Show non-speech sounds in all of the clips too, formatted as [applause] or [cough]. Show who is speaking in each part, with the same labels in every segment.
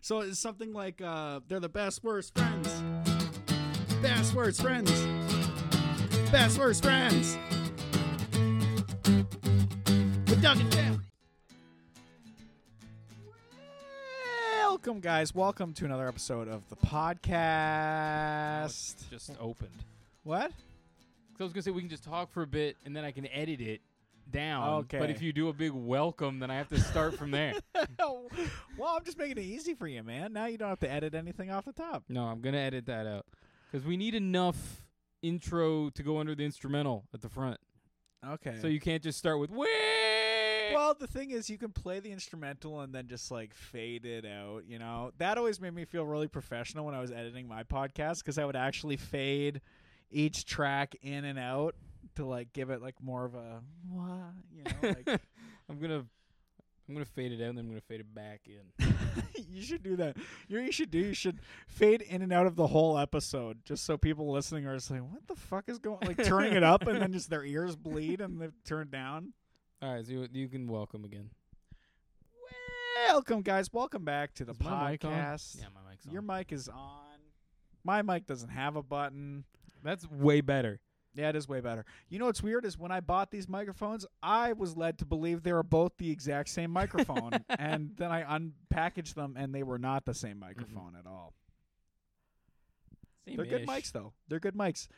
Speaker 1: So it's something like uh, they're the best worst friends. Best worst friends. Best worst friends. With Doug and Jim.
Speaker 2: Welcome, guys. Welcome to another episode of the podcast.
Speaker 3: It's just opened.
Speaker 2: [laughs] What?
Speaker 3: So I was gonna say we can just talk for a bit and then I can edit it down.
Speaker 2: Okay.
Speaker 3: But if you do a big welcome, then I have to start from there.
Speaker 2: Oh, well, I'm just making it easy for you, man. Now you don't have to edit anything off the top.
Speaker 3: [laughs] No, I'm gonna edit that out because we need enough intro to go under the instrumental at the front.
Speaker 2: Okay.
Speaker 3: So you can't just start with "Wait." [laughs]
Speaker 2: Well, the thing is, you can play the instrumental and then just like fade it out. You know, that always made me feel really professional when I was editing my podcast because I would actually fade each track in and out to like give it like more of a [laughs] wah, you know. Like
Speaker 3: I'm gonna I'm gonna fade it out and then I'm gonna fade it back in.
Speaker 2: [laughs] you should do that. You know what you should do. You should fade in and out of the whole episode just so people listening are just like, what the fuck is going? Like turning it up and then just their ears bleed and they turn down.
Speaker 3: All right, so you, you can welcome again.
Speaker 2: Welcome, guys. Welcome back to the
Speaker 3: Is my mic on?
Speaker 2: podcast.
Speaker 3: Yeah, my mic's on.
Speaker 2: Your mic is on. My mic doesn't have a button.
Speaker 3: That's way better.
Speaker 2: Yeah, it is way better. You know what's weird is when I bought these microphones, I was led to believe they were both the exact same
Speaker 3: [laughs]
Speaker 2: microphone, and then I unpackaged them and they were not the same microphone at
Speaker 3: Mm-hmm.
Speaker 2: all. They're good
Speaker 3: Same-ish.
Speaker 2: mics though. They're good mics.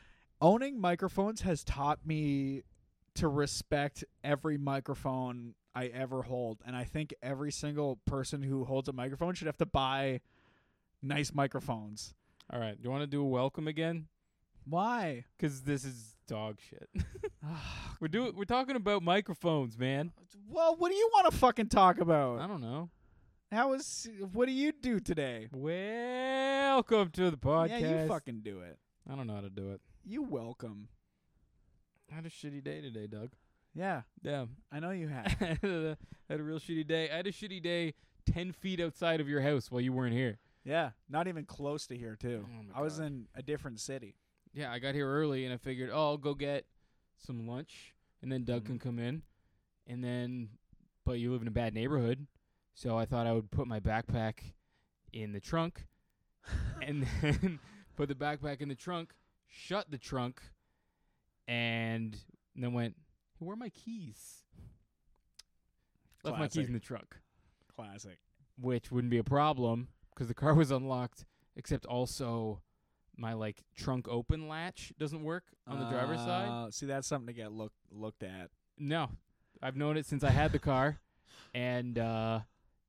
Speaker 2: Owning microphones has taught me to respect every microphone I ever hold, and I think every single person who holds a microphone should have to buy nice microphones.
Speaker 3: All right, do you want to do a welcome again?
Speaker 2: Why?
Speaker 3: Because this is dog [laughs] shit. [sighs] we're doing. We're talking about microphones, man.
Speaker 2: Well, what do you want to fucking talk
Speaker 3: I
Speaker 2: about?
Speaker 3: don't know.
Speaker 2: How is what do you do today?
Speaker 3: Welcome to the podcast.
Speaker 2: Yeah, you fucking do it.
Speaker 3: I don't know how to do it.
Speaker 2: You welcome.
Speaker 3: I had a shitty day today, Doug.
Speaker 2: Yeah,
Speaker 3: Damn.
Speaker 2: I know you
Speaker 3: [laughs] I
Speaker 2: have.
Speaker 3: had a had a real shitty day. I had a shitty day ten feet outside of your house while you weren't here.
Speaker 2: yeah, not even close to here too.
Speaker 3: Oh my
Speaker 2: I was
Speaker 3: God.
Speaker 2: in a different city.
Speaker 3: Yeah, I got here early and I figured, oh, I'll go get some lunch and then Doug
Speaker 2: Mhm.
Speaker 3: can come in. And then, but you live in a bad neighborhood, so I thought I would put my backpack in the trunk and then [laughs] put the backpack in the trunk, shut the trunk, and then went, where are my keys? Left my keys
Speaker 2: Classic.
Speaker 3: in the trunk,
Speaker 2: Classic.
Speaker 3: which wouldn't be a problem because the car was unlocked, except also my like trunk open latch doesn't work on the driver's side.
Speaker 2: Uh, See, that's something to get look looked at.
Speaker 3: No, I've known it since I had
Speaker 2: [laughs]
Speaker 3: the car, and uh,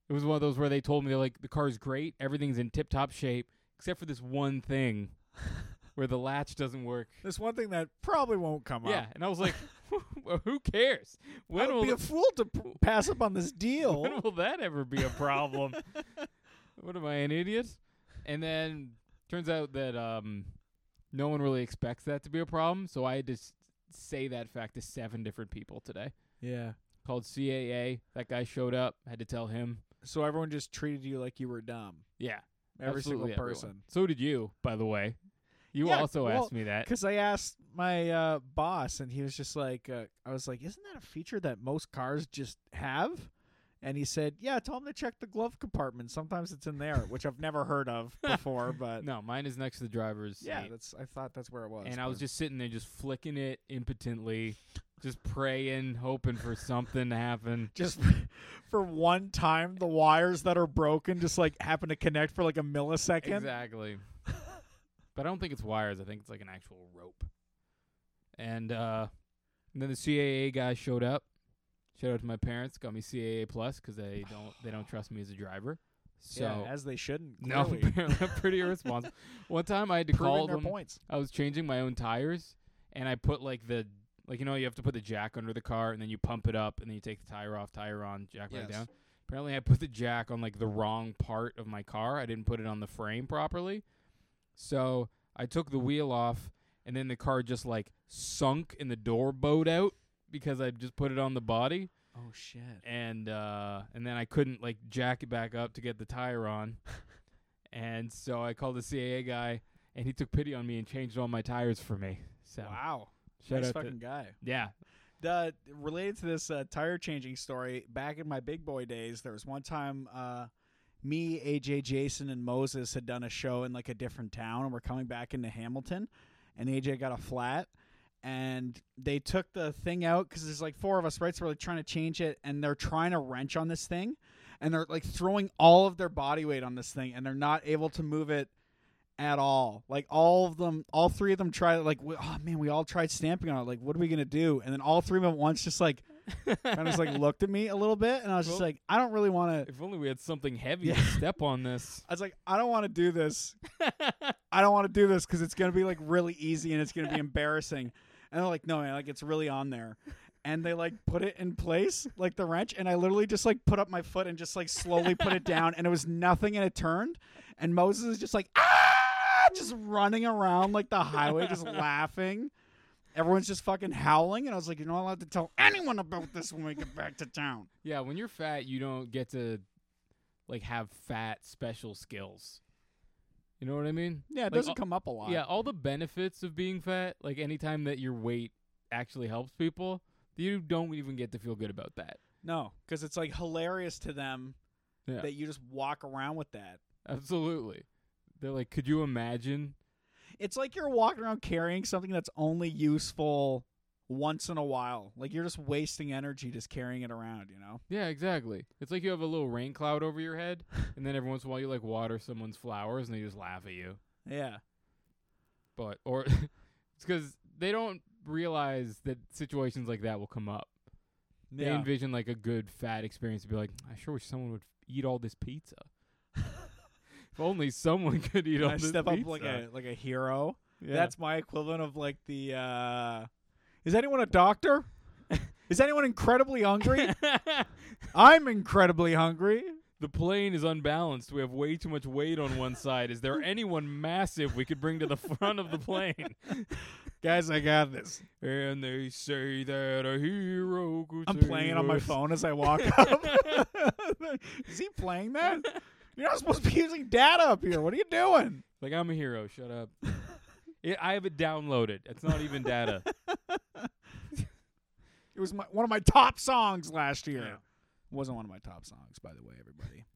Speaker 3: it was one of those where they told me they're like the car's great, everything's in tip-top shape except for this
Speaker 2: [laughs]
Speaker 3: one thing where the latch doesn't work.
Speaker 2: There's one thing that probably won't come
Speaker 3: Yeah,
Speaker 2: up.
Speaker 3: and I was like, [laughs] "Well, who cares? When
Speaker 2: I
Speaker 3: will
Speaker 2: would be a fool to p- pass up on
Speaker 3: [laughs]
Speaker 2: this deal.
Speaker 3: when will that ever be a problem? [laughs] what am I an idiot? And then turns out that um, no one really expects that to be a problem, so I had to s- say that fact to seven different people today.
Speaker 2: yeah.
Speaker 3: called CAA. That guy showed up. Had to tell him.
Speaker 2: So everyone just treated you like you were dumb.
Speaker 3: Yeah,
Speaker 2: Every
Speaker 3: absolutely
Speaker 2: single
Speaker 3: everyone.
Speaker 2: person.
Speaker 3: So did you, by the way. You
Speaker 2: Yeah,
Speaker 3: also
Speaker 2: well,
Speaker 3: asked me that.
Speaker 2: Because I asked my uh, boss, and he was just like, uh, I was like, isn't that a feature that most cars just have? And he said, yeah, tell him to check the glove compartment. Sometimes it's in there, which I've never heard of before, but
Speaker 3: [laughs] No, mine is next to the driver's
Speaker 2: yeah,
Speaker 3: seat.
Speaker 2: that's I thought that's where it was.
Speaker 3: and I was
Speaker 2: but-
Speaker 3: just sitting there, just flicking it impotently, just praying, hoping for something to happen.
Speaker 2: just [laughs] for one time the wires that are broken just like happen to connect for like a millisecond.
Speaker 3: Exactly. but I don't think it's wires. I think it's like an actual rope. And, uh, and then the CAA guy showed up. Shout out to my parents. Got me CAA plus
Speaker 2: [sighs]
Speaker 3: because they don't they don't trust me as a driver. So
Speaker 2: yeah, as they shouldn't. [laughs]
Speaker 3: [laughs] No,
Speaker 2: Clearly.
Speaker 3: apparently I'm pretty irresponsible. One time I had to
Speaker 2: proving
Speaker 3: call
Speaker 2: their
Speaker 3: them.
Speaker 2: points.
Speaker 3: I was changing my own tires, and I put like the like you know you have to put the jack under the car, and then you pump it up, and then you take the tire off, tire on, jack back
Speaker 2: Yes.
Speaker 3: down. Apparently, I put the jack on like the wrong part of my car. I didn't put it on the frame properly, so I took the wheel off, and then the car just like sunk, and the door bowed out because I just put it on the body
Speaker 2: Oh shit.
Speaker 3: and uh, and then I couldn't like jack it back up to get the tire [laughs] on, and so I called the CAA guy, and he took pity on me and changed all my tires for me. So
Speaker 2: Wow.
Speaker 3: shout
Speaker 2: nice
Speaker 3: out to
Speaker 2: fucking guy.
Speaker 3: yeah,
Speaker 2: The related to this uh, tire changing story, back in my big boy days, there was one time uh, me, AJ, Jason, and Moses had done a show in like a different town, and we're coming back into Hamilton, and AJ got a flat, and they took the thing out because there's like four of us, right? So we're like trying to change it, and they're trying to wrench on this thing, and they're like throwing all of their body weight on this thing, and they're not able to move it at all. Like all of them, all three of them tried. Like, we- oh man, we all tried stamping on it. Like, what are we gonna do? And then all three of them at once just like kind of just like looked at me a little bit, and I was just
Speaker 3: Well-
Speaker 2: like, I don't really want to.
Speaker 3: If only we had something heavy to
Speaker 2: Yeah.
Speaker 3: step on this.
Speaker 2: I was like, I don't want to do this. I don't want to do this because it's gonna be like really easy and it's gonna be embarrassing. And they're like, no man, like it's really on there. And they like put it in place, like the wrench, and I literally just like put up my foot and just like slowly put it down, and it was nothing, and it turned. And Moses is just like ah, just running around like the highway, just laughing. Everyone's just fucking howling, and I was like, you're not allowed to tell anyone about this when we get back to town.
Speaker 3: [laughs] Yeah, when you're fat, you don't get to like have fat special skills. You know what I mean?
Speaker 2: Yeah, it
Speaker 3: Like,
Speaker 2: doesn't
Speaker 3: all-
Speaker 2: come up a lot.
Speaker 3: Yeah, all the benefits of being fat, like anytime that your weight actually helps people, you don't even get to feel good about that.
Speaker 2: No, because it's like hilarious to them
Speaker 3: Yeah.
Speaker 2: that you just walk around with that.
Speaker 3: Absolutely. They're like, could you imagine?
Speaker 2: It's like you're walking around carrying something that's only useful once in a while. Like you're just wasting energy just carrying it around, you know?
Speaker 3: Yeah, exactly. It's like you have a little rain cloud over
Speaker 2: [laughs]
Speaker 3: your head, and then every once in a while you like water someone's flowers, and they just laugh at you.
Speaker 2: Yeah.
Speaker 3: but or [laughs] it's because they don't realize that situations like that will come up. They
Speaker 2: Yeah.
Speaker 3: envision like a good fat experience to be like, I sure wish someone would eat all this pizza.
Speaker 2: [laughs]
Speaker 3: if only someone [laughs] could eat all
Speaker 2: I
Speaker 3: this
Speaker 2: step
Speaker 3: pizza.
Speaker 2: up like a like a hero.
Speaker 3: yeah.
Speaker 2: That's my equivalent of like the uh Is anyone a doctor? [laughs] Is anyone incredibly
Speaker 3: [laughs]
Speaker 2: hungry? I'm incredibly hungry.
Speaker 3: the plane is unbalanced. We have way too much weight on one side. Is there anyone massive we could bring to the front of the plane?
Speaker 2: Guys, I got this.
Speaker 3: [laughs] And they say that a hero could
Speaker 2: I'm
Speaker 3: save
Speaker 2: playing on my
Speaker 3: us.
Speaker 2: phone as I
Speaker 3: [laughs]
Speaker 2: walk up. [laughs] Is he playing that? You're not supposed to be using data up here. What are you doing?
Speaker 3: Like I'm a hero. Shut [laughs] up. it, I have it downloaded. It's not even data.
Speaker 2: It was my, one of my top songs last year.
Speaker 3: Yeah.
Speaker 2: Wasn't one of my top songs, by the way,
Speaker 3: [laughs]
Speaker 2: everybody.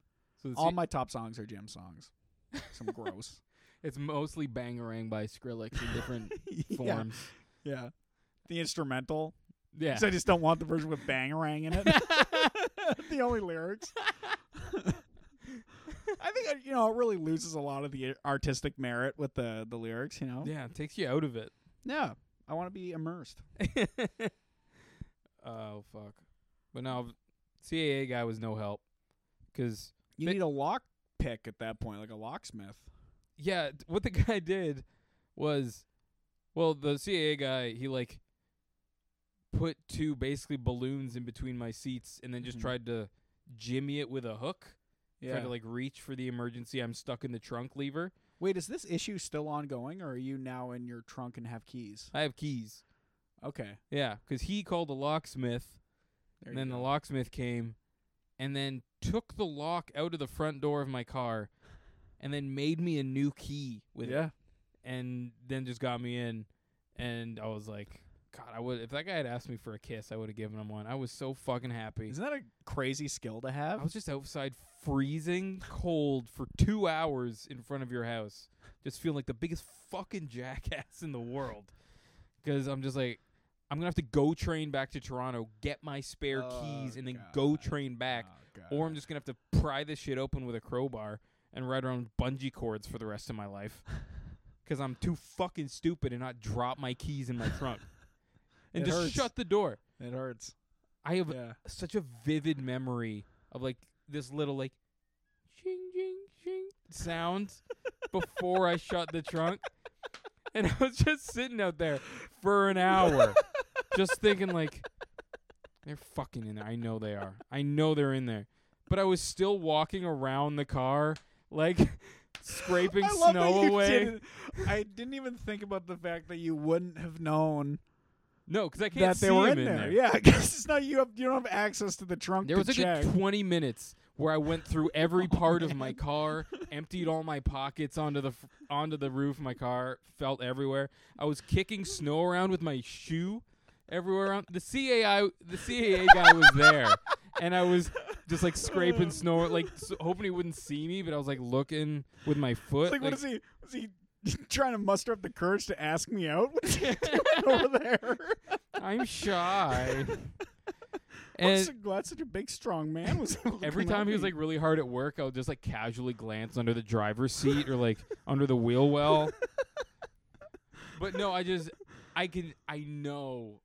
Speaker 3: So it's,
Speaker 2: All my top songs are jam songs. Some
Speaker 3: [laughs]
Speaker 2: gross.
Speaker 3: it's mostly Bangarang by Skrillex in [laughs] different
Speaker 2: yeah,
Speaker 3: forms.
Speaker 2: yeah. The instrumental.
Speaker 3: Yeah.
Speaker 2: 'Cause I just don't want the version with bangarang
Speaker 3: [laughs]
Speaker 2: in it. the only lyrics. I think uh, you know it really loses a lot of the artistic merit with the the lyrics. You know.
Speaker 3: yeah, it takes you out of it. [laughs]
Speaker 2: Yeah, I want to be immersed.
Speaker 3: oh fuck. But no, CAA guy was no help. Cause
Speaker 2: You
Speaker 3: They-
Speaker 2: need a lock pick at that point, like a locksmith.
Speaker 3: yeah, t- what the [laughs] guy did was, well, the CAA guy he like put two basically balloons in between my seats and then just
Speaker 2: Mhm.
Speaker 3: tried to jimmy it with a hook.
Speaker 2: Yeah.
Speaker 3: Try to like reach for the emergency. I'm stuck in the trunk lever.
Speaker 2: Wait, is this issue still ongoing, or are you now in your trunk and have keys?
Speaker 3: I have keys.
Speaker 2: Okay.
Speaker 3: Yeah, 'cause he called the locksmith,
Speaker 2: There
Speaker 3: and then
Speaker 2: you
Speaker 3: the
Speaker 2: go.
Speaker 3: locksmith came, and then took the lock out of the front door of my car, and then made me a new key with it,
Speaker 2: yeah.
Speaker 3: and then just got me in, and I was like, God, I would if that guy had asked me for a kiss, I would have given him one. I was so fucking happy.
Speaker 2: Isn't that a crazy skill to
Speaker 3: I
Speaker 2: have?
Speaker 3: was just outside freezing cold for two hours in front of your house, just feeling like the biggest fucking jackass in the world. Because I'm just like, I'm gonna have to go train back to Toronto, get my spare
Speaker 2: Oh,
Speaker 3: keys, and then go
Speaker 2: God.
Speaker 3: train back,
Speaker 2: Oh,
Speaker 3: or
Speaker 2: God.
Speaker 3: I'm just gonna have to pry this shit open with a crowbar and ride around with bungee cords for the rest of
Speaker 2: [laughs]
Speaker 3: my life. Because I'm too fucking stupid and not drop my keys in my
Speaker 2: [laughs]
Speaker 3: trunk and
Speaker 2: It
Speaker 3: just
Speaker 2: hurts.
Speaker 3: shut the door.
Speaker 2: it hurts.
Speaker 3: I have
Speaker 2: Yeah.
Speaker 3: such a vivid memory of like this little like ching ching ching
Speaker 2: [laughs]
Speaker 3: sound before I shut the trunk. And [laughs] I was just sitting out there for an hour just thinking like they're fucking in there. I know they are. I know they're in there. But I was still walking around the car like [laughs] scraping
Speaker 2: I love
Speaker 3: snow
Speaker 2: that you
Speaker 3: away.
Speaker 2: Didn't, I didn't even think about the fact that you wouldn't have known
Speaker 3: No, cuz I can't
Speaker 2: that
Speaker 3: see
Speaker 2: they were
Speaker 3: him
Speaker 2: in there.
Speaker 3: there.
Speaker 2: Yeah, because it's not you. Have, you don't have access to the trunk
Speaker 3: There
Speaker 2: to
Speaker 3: was a
Speaker 2: check.
Speaker 3: good 20 minutes where I went through every part
Speaker 2: [laughs]
Speaker 3: of my car, emptied all my pockets onto the f- onto the roof of my car, felt everywhere. I was kicking snow around with my shoe everywhere around. The CAI the CAA guy was there and I was just
Speaker 2: [laughs]
Speaker 3: like scraping snow, like s hoping he wouldn't see me. But I was like looking with my foot.
Speaker 2: It's like,
Speaker 3: like-
Speaker 2: what is he? Is he [laughs] trying to muster up the courage to ask me out? What's
Speaker 3: [laughs]
Speaker 2: he doing over there? [laughs]
Speaker 3: I'm shy.
Speaker 2: I'm
Speaker 3: and
Speaker 2: so glad such a big, strong man
Speaker 3: [laughs]
Speaker 2: was. able to
Speaker 3: every
Speaker 2: come at
Speaker 3: time he was
Speaker 2: me.
Speaker 3: like really hard at work, I would just like casually glance under the driver's seat
Speaker 2: [laughs]
Speaker 3: or like under the wheel well. but no, I just I can I know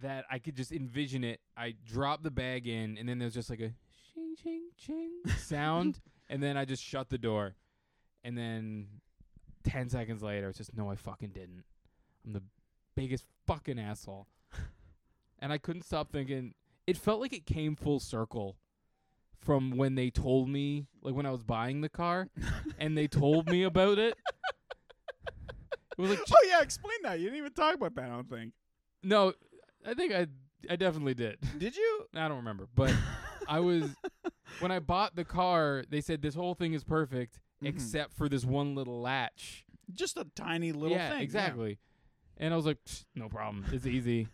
Speaker 3: that I could just envision it. I drop the bag in and then there's just like a ching ching
Speaker 2: [laughs]
Speaker 3: ching sound and then I just shut the door. And then 10 seconds later it's just no I fucking didn't. I'm the biggest fucking asshole. And I couldn't stop thinking it felt like it came full circle from when they told me like when I was buying the car and they told me about it. It was like ch-
Speaker 2: "Oh yeah, explain that." You didn't even talk about that. I don't think.
Speaker 3: no, I think I I definitely did.
Speaker 2: Did you?
Speaker 3: I don't remember, but I was when I bought the car, they said this whole thing is perfect
Speaker 2: Mhm.
Speaker 3: except for this one little latch.
Speaker 2: Just a tiny little
Speaker 3: yeah,
Speaker 2: thing.
Speaker 3: exactly. And I was like, "Psh, no problem. It's easy.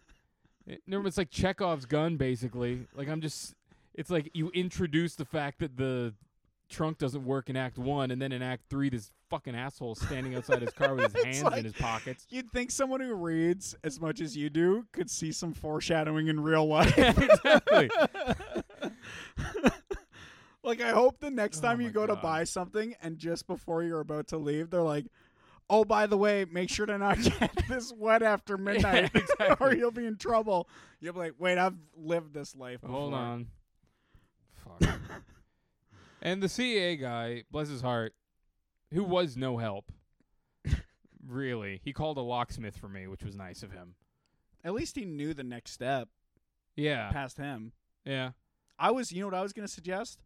Speaker 3: It- Remember, it's like Chekhov's gun, basically. Like I'm just, it's like you introduce the fact that the trunk doesn't work in Act One, and then in Act Three, this fucking asshole standing outside his car with his
Speaker 2: [laughs] It's
Speaker 3: hands
Speaker 2: like-
Speaker 3: in
Speaker 2: [laughs]
Speaker 3: his pockets.
Speaker 2: You'd think someone who reads as much as you do could see some foreshadowing in real life. [laughs]
Speaker 3: [laughs] exactly.
Speaker 2: like I hope the next
Speaker 3: Oh
Speaker 2: time you
Speaker 3: my
Speaker 2: go to
Speaker 3: God.
Speaker 2: buy something and just before you're about to leave, they're like, "Oh, by the way, make sure to not [laughs] get this wet after midnight, or
Speaker 3: exactly.
Speaker 2: you'll be in trouble." You'll be like, "Wait, I've lived this life." Before.
Speaker 3: Hold on. Fuck.
Speaker 2: [laughs]
Speaker 3: and the CA guy, bless his heart, who was no
Speaker 2: [laughs]
Speaker 3: help. Really, he called a locksmith for me, which was nice of him.
Speaker 2: At least he knew the next step
Speaker 3: Yeah,
Speaker 2: past him.
Speaker 3: yeah.
Speaker 2: I was, you know, what I was gonna suggest.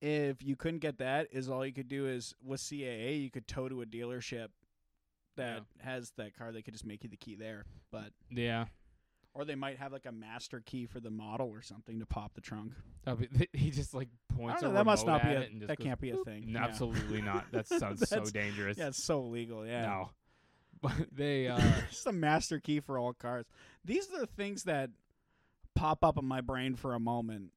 Speaker 2: If you couldn't get that, is all you could do is with CAA, you could tow to a dealership that has that car. They could just make you the key there, but
Speaker 3: Yeah,
Speaker 2: or they might have like a master key for the model or something to pop the trunk.
Speaker 3: That'd be- [laughs] th- he just like points.
Speaker 2: I don't
Speaker 3: a
Speaker 2: know, that must
Speaker 3: remote
Speaker 2: not be
Speaker 3: at
Speaker 2: a-
Speaker 3: it and just
Speaker 2: that
Speaker 3: goes,
Speaker 2: can't be a
Speaker 3: "Boop."
Speaker 2: thing.
Speaker 3: No,
Speaker 2: Yeah.
Speaker 3: Absolutely
Speaker 2: [laughs]
Speaker 3: not. That sounds so
Speaker 2: That's-
Speaker 3: dangerous.
Speaker 2: Yeah, it's so legal. Yeah,
Speaker 3: No, [laughs] but they. Uh,
Speaker 2: [laughs] it's the master key for all cars. These are the things that pop up in my brain for a moment,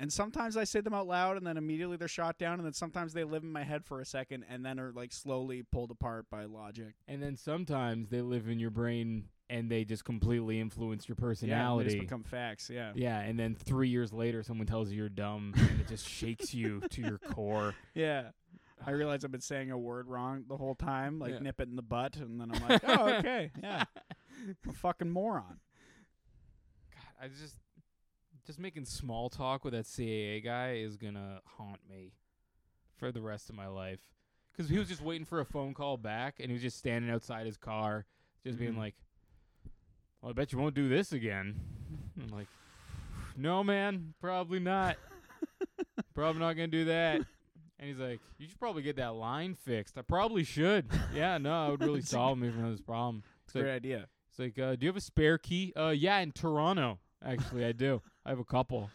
Speaker 2: and sometimes I say them out loud, and then immediately they're shot down, and then sometimes they live in my head for a second, and then are like slowly pulled apart by logic.
Speaker 3: and then sometimes they live in your brain and they just completely influence your
Speaker 2: Yeah, and they
Speaker 3: personality.
Speaker 2: just become facts. Yeah.
Speaker 3: yeah, and then three years later, someone tells you
Speaker 2: [laughs]
Speaker 3: you're dumb, and it just shakes you to your core.
Speaker 2: Yeah. I realize I've been saying a word wrong the whole time, like
Speaker 3: Yeah.
Speaker 2: nip it in the butt, and then I'm like, oh,
Speaker 3: [laughs]
Speaker 2: okay, yeah, I'm a fucking moron.
Speaker 3: God, I was just just making small talk with that CAA guy is gonna haunt me for the rest of my life. 'Cause he was just waiting for a phone call back, and he was just standing outside his car, just being
Speaker 2: Mhm.
Speaker 3: like, "Well, I bet you won't do this again." [laughs] I'm like, "No, man, probably not. probably not gonna do that." And he's like, "You should probably get that line fixed. I probably should. Yeah, no, I would really solve me from this problem."
Speaker 2: It's a
Speaker 3: Like-
Speaker 2: great idea.
Speaker 3: It's like, uh, do you have a spare key? Uh, yeah, in Toronto, actually,
Speaker 2: [laughs]
Speaker 3: I do. I have a couple.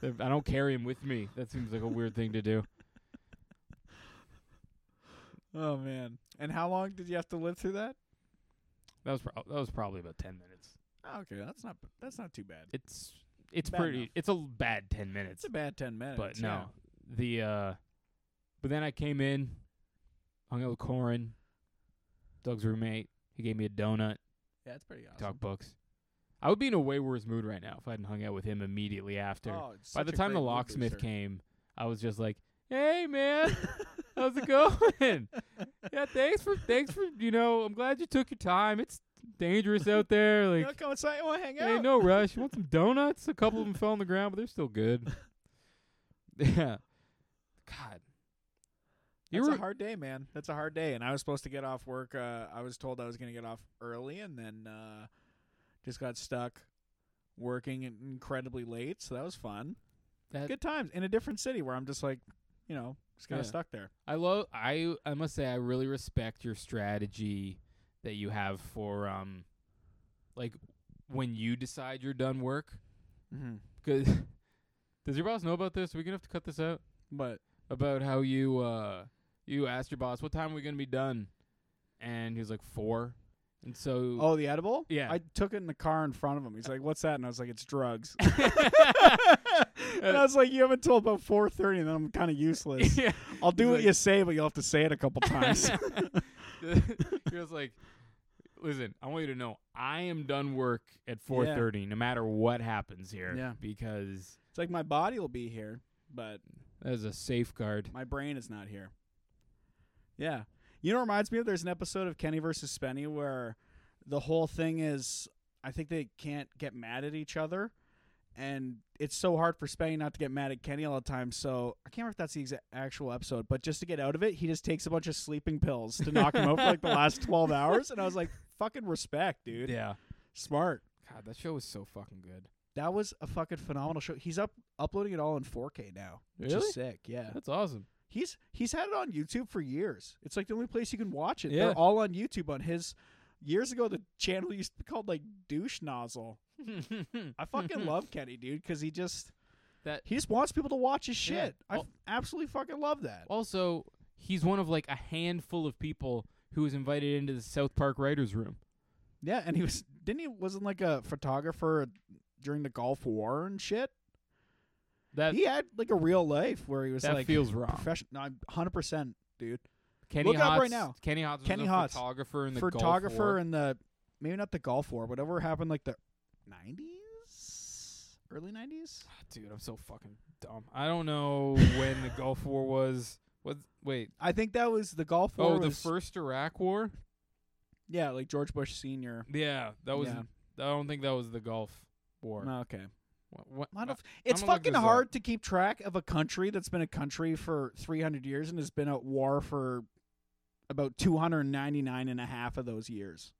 Speaker 3: They're- I don't carry them with me. That seems like a weird thing to do.
Speaker 2: Oh man! And how long did you have to live through that?
Speaker 3: That was pro- that was probably about ten minutes.
Speaker 2: Oh, okay, that's not that's not too bad.
Speaker 3: It's it's
Speaker 2: Bad
Speaker 3: pretty.
Speaker 2: enough.
Speaker 3: It's a bad ten minutes,
Speaker 2: It's a bad ten minutes.
Speaker 3: but
Speaker 2: yeah.
Speaker 3: no, the uh, but then I came in, hung out with Corin, Doug's roommate. He gave me a donut.
Speaker 2: yeah, it's pretty awesome.
Speaker 3: Talk books. I would be in a way worse mood right now if I hadn't hung out with him immediately after.
Speaker 2: Oh, it's
Speaker 3: By
Speaker 2: such
Speaker 3: the
Speaker 2: a
Speaker 3: time the
Speaker 2: great mood
Speaker 3: locksmith
Speaker 2: booster.
Speaker 3: came, I was just like, "Hey, man, how's
Speaker 2: [laughs]
Speaker 3: it going? yeah, thanks for thanks for you know. I'm glad you took your time. It's dangerous
Speaker 2: [laughs]
Speaker 3: out there.
Speaker 2: you
Speaker 3: Like,
Speaker 2: wanna come inside? You want to hang out?
Speaker 3: hey, no rush. You want some donuts? A couple of them fell on the ground, but they're still good.
Speaker 2: [laughs]
Speaker 3: yeah, God, you
Speaker 2: That's
Speaker 3: were
Speaker 2: a hard day, man. That's a hard day. And I was supposed to get off work. Uh, I was told I was going to get off early, and then uh, just got stuck working in- incredibly late. So that was fun.
Speaker 3: that,
Speaker 2: Good times in a different city where I'm just like, you know, just kind
Speaker 3: Yeah.
Speaker 2: of stuck there.
Speaker 3: I love. I I must say, I really respect your strategy that you have for um, like when you decide you're done work.
Speaker 2: Mm-hmm.
Speaker 3: Cause [laughs] does your boss know about this? Are we gonna have to cut this out?
Speaker 2: But
Speaker 3: About how you uh you asked your boss, What time are we gonna be done? And he was like, Four. And so [laughs]
Speaker 2: Oh, [laughs] the edible?
Speaker 3: Yeah.
Speaker 2: I took it in the car in front of him. He's like, "What's that?" And I was like, "It's
Speaker 3: [laughs]
Speaker 2: drugs." and I was like, "You have until about 4:30, and then I'm kind of useless.
Speaker 3: [laughs] yeah.
Speaker 2: I'll do
Speaker 3: He's
Speaker 2: what
Speaker 3: like-
Speaker 2: you say, but you'll have to say it a
Speaker 3: [laughs]
Speaker 2: couple times."
Speaker 3: he was like, "Listen, I want you to know I am done work at 4:30, no matter what happens here,
Speaker 2: Yeah.
Speaker 3: because
Speaker 2: it's like my body will be here, but
Speaker 3: that is a safeguard."
Speaker 2: my brain is not here. Yeah. You know, what reminds me of there's an episode of Kenny versus Spenny where the whole thing is I think they can't get mad at each other. And it's so hard for Spenny not to get mad at Kenny all the time. So I can't remember if that's the exact actual episode, but just to get out of it, he just takes a bunch of sleeping pills to knock him out for like the last
Speaker 3: [laughs]
Speaker 2: 12 hours. And I was like, fucking respect, dude.
Speaker 3: Yeah,
Speaker 2: Smart.
Speaker 3: God, that show was so fucking good.
Speaker 2: That was a fucking phenomenal show. He's up uploading it all in 4K now, which
Speaker 3: Really?
Speaker 2: is sick. Yeah. [laughs]
Speaker 3: That's awesome.
Speaker 2: He's he's had it on YouTube for years. It's like the only place you can watch it.
Speaker 3: Yeah.
Speaker 2: They're all on YouTube on his years ago the channel used to be called like douche nozzle. I fucking love Kenny, dude, cuz he just
Speaker 3: Mm-hmm. That-
Speaker 2: he just wants people to watch his
Speaker 3: Yeah.
Speaker 2: shit. I
Speaker 3: Al-
Speaker 2: f- absolutely fucking love that.
Speaker 3: Also, he's one of like a handful of people who was invited into the South Park writers' room.
Speaker 2: Yeah, and he was didn't he wasn't like a photographer during the Gulf War and shit.
Speaker 3: That
Speaker 2: He had like a real life where he was
Speaker 3: that
Speaker 2: like
Speaker 3: feels wrong.
Speaker 2: professional. No, I'm 100%, dude.
Speaker 3: Kenny
Speaker 2: Look it up
Speaker 3: Hotz,
Speaker 2: right now.
Speaker 3: Kenny Hotz was
Speaker 2: Kenny
Speaker 3: a
Speaker 2: Hotz.
Speaker 3: photographer in the Gulf
Speaker 2: photographer
Speaker 3: War.
Speaker 2: in the maybe not the Gulf War, whatever happened like the 90s, early 90s.
Speaker 3: Dude, I'm so fucking dumb. I don't know when the Gulf War was. What?
Speaker 2: [laughs]
Speaker 3: Wait.
Speaker 2: I think that was the Gulf War.
Speaker 3: Oh, the
Speaker 2: was-
Speaker 3: first Iraq War.
Speaker 2: Yeah, like George Bush Senior.
Speaker 3: Yeah, that was.
Speaker 2: Yeah.
Speaker 3: I don't think that was the Gulf War.
Speaker 2: Oh, Okay,
Speaker 3: What, what-
Speaker 2: Might
Speaker 3: uh,
Speaker 2: have- it's
Speaker 3: gonna look
Speaker 2: fucking
Speaker 3: this up.
Speaker 2: hard to keep track of a country that's been a country for 300 years and has been at war for about 299 and a half of those years.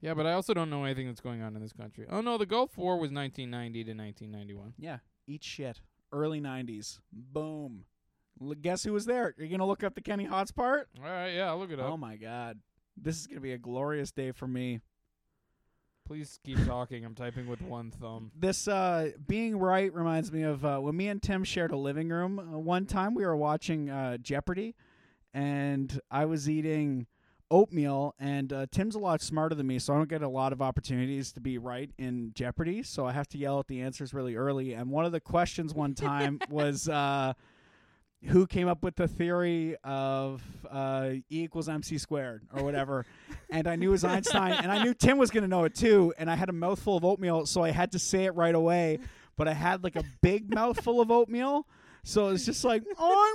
Speaker 3: yeah, but I also don't know anything that's going on in this country. Oh no, the Gulf War was 1990 to 1991.
Speaker 2: Yeah, eat shit. Early 90s. Boom. L- guess who was there? You're gonna look up the Kenny Hotz part.
Speaker 3: All right, yeah, I'll look it up.
Speaker 2: Oh my god. This is going to be a glorious day for me.
Speaker 3: Please keep talking. I'm typing with one [laughs] thumb.
Speaker 2: This uh, being right reminds me of uh, when me and Tim shared a living room. Uh, one time we were
Speaker 3: [laughs]
Speaker 2: watching uh, Jeopardy, and I was eating oatmeal. And uh, Tim's a lot smarter than me, so I don't get a lot of opportunities to be right in Jeopardy. So I have to yell at the answers really early. And one of the questions one time was. Uh, who came up with the theory of uh, E equals MC squared or whatever. and I knew it was Einstein, and I knew Tim was going to know it too. And I had a mouthful of oatmeal, so I had to say it right away. But I had like a big mouthful of oatmeal, so it's just like, I'm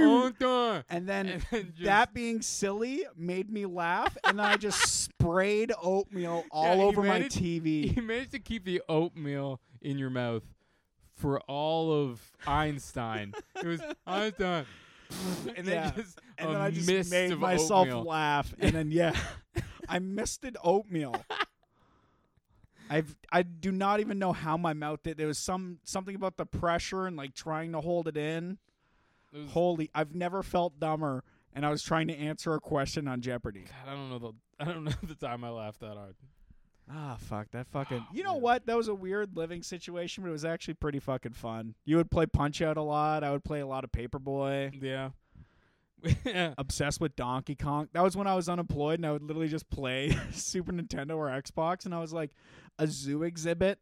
Speaker 2: dying.
Speaker 3: done.
Speaker 2: And then
Speaker 3: then just-
Speaker 2: that being silly made me laugh, and then I just
Speaker 3: [laughs]
Speaker 2: sprayed oatmeal all
Speaker 3: you
Speaker 2: over my
Speaker 3: managed- [laughs]
Speaker 2: TV.
Speaker 3: [laughs] You managed to keep the oatmeal in your mouth for all of Einstein.
Speaker 2: [laughs]
Speaker 3: it was Einstein. And then
Speaker 2: Yeah.
Speaker 3: just
Speaker 2: and
Speaker 3: a
Speaker 2: then I just
Speaker 3: mist
Speaker 2: made
Speaker 3: of
Speaker 2: myself
Speaker 3: oatmeal.
Speaker 2: laugh, and then yeah, [laughs] I misted
Speaker 3: [laughs]
Speaker 2: oatmeal. I've I do not even know how my mouth did. There was some something about the pressure and like trying to hold it in.
Speaker 3: It was-
Speaker 2: Holy, I've never felt dumber. And I was trying to answer a question on Jeopardy.
Speaker 3: God, I don't know the I don't know [laughs] the time I laughed that hard.
Speaker 2: Ah, fuck that fucking. You know
Speaker 3: man.
Speaker 2: what? That was a weird living situation, but it was actually pretty fucking fun. You would play Punch Out a lot. I would play a lot of Paperboy.
Speaker 3: [laughs] Yeah.
Speaker 2: obsessed with Donkey Kong. That was when I was unemployed and I would literally just play [laughs] Super Nintendo or Xbox and I was like a zoo exhibit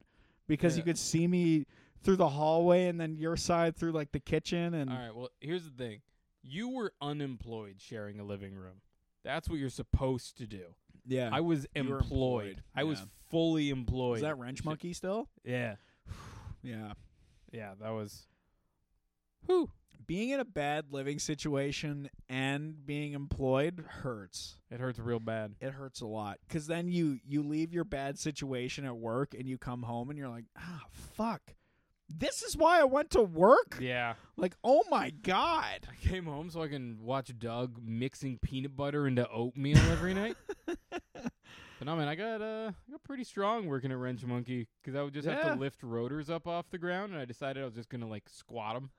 Speaker 2: because you
Speaker 3: Yeah.
Speaker 2: could see me through the hallway and then your side through like the kitchen and
Speaker 3: All right. Well, here's the thing. You were unemployed sharing a living room. That's what you're supposed to do.
Speaker 2: yeah.
Speaker 3: I was
Speaker 2: You were
Speaker 3: employed.
Speaker 2: employed,
Speaker 3: I was
Speaker 2: yeah.
Speaker 3: fully employed.
Speaker 2: was that Wrench
Speaker 3: Shit.
Speaker 2: Monkey still?
Speaker 3: Yeah.
Speaker 2: Yeah.
Speaker 3: Yeah, that was Whew.
Speaker 2: Being in a bad living situation and being employed hurts.
Speaker 3: It hurts real bad.
Speaker 2: It hurts a lot cuz then you you leave your bad situation at work and you come home and you're like, "Ah, fuck. This is why I went to work?"
Speaker 3: Yeah.
Speaker 2: Like, "Oh my god."
Speaker 3: [laughs] I came home so I can watch Doug mixing peanut butter into oatmeal
Speaker 2: [laughs]
Speaker 3: every night. But no, man, I got uh, I got pretty strong working at Wrench Monkey because I would just have
Speaker 2: Yeah.
Speaker 3: to lift rotors up off the ground, and I decided I was just gonna like squat them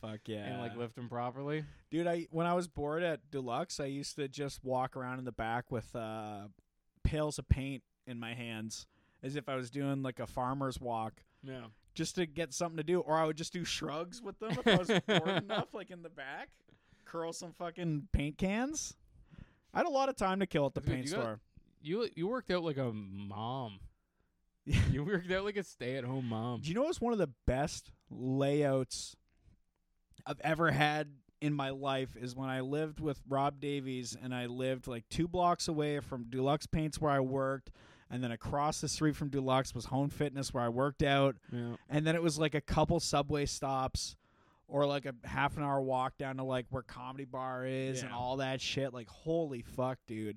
Speaker 2: Fuck yeah.
Speaker 3: and like lift them properly.
Speaker 2: Dude, I when I was bored at Deluxe, I used to just walk around in the back with uh pails of paint in my hands as if I was doing like a farmer's walk
Speaker 3: Yeah.
Speaker 2: just to get something to do or I would just do shrugs with them [laughs] if I was bored enough like in the back, curl some fucking paint cans. I had a lot of time to kill at the
Speaker 3: Dude,
Speaker 2: paint
Speaker 3: you got-
Speaker 2: store.
Speaker 3: You you worked out like
Speaker 2: [laughs]
Speaker 3: a mom.
Speaker 2: Yeah.
Speaker 3: You worked out like a stay-at-home mom.
Speaker 2: Do you know what's one of the best layouts I've ever had in my life is when I lived with Rob Davies and I lived like two blocks away from Deluxe Paints where I worked, and then across the street from Deluxe was Home Fitness where I worked out,
Speaker 3: Yeah.
Speaker 2: and then it was like a couple subway stops or like a half an hour walk down to like where comedy bar is and
Speaker 3: Yeah.
Speaker 2: all that shit. Like holy fuck, dude.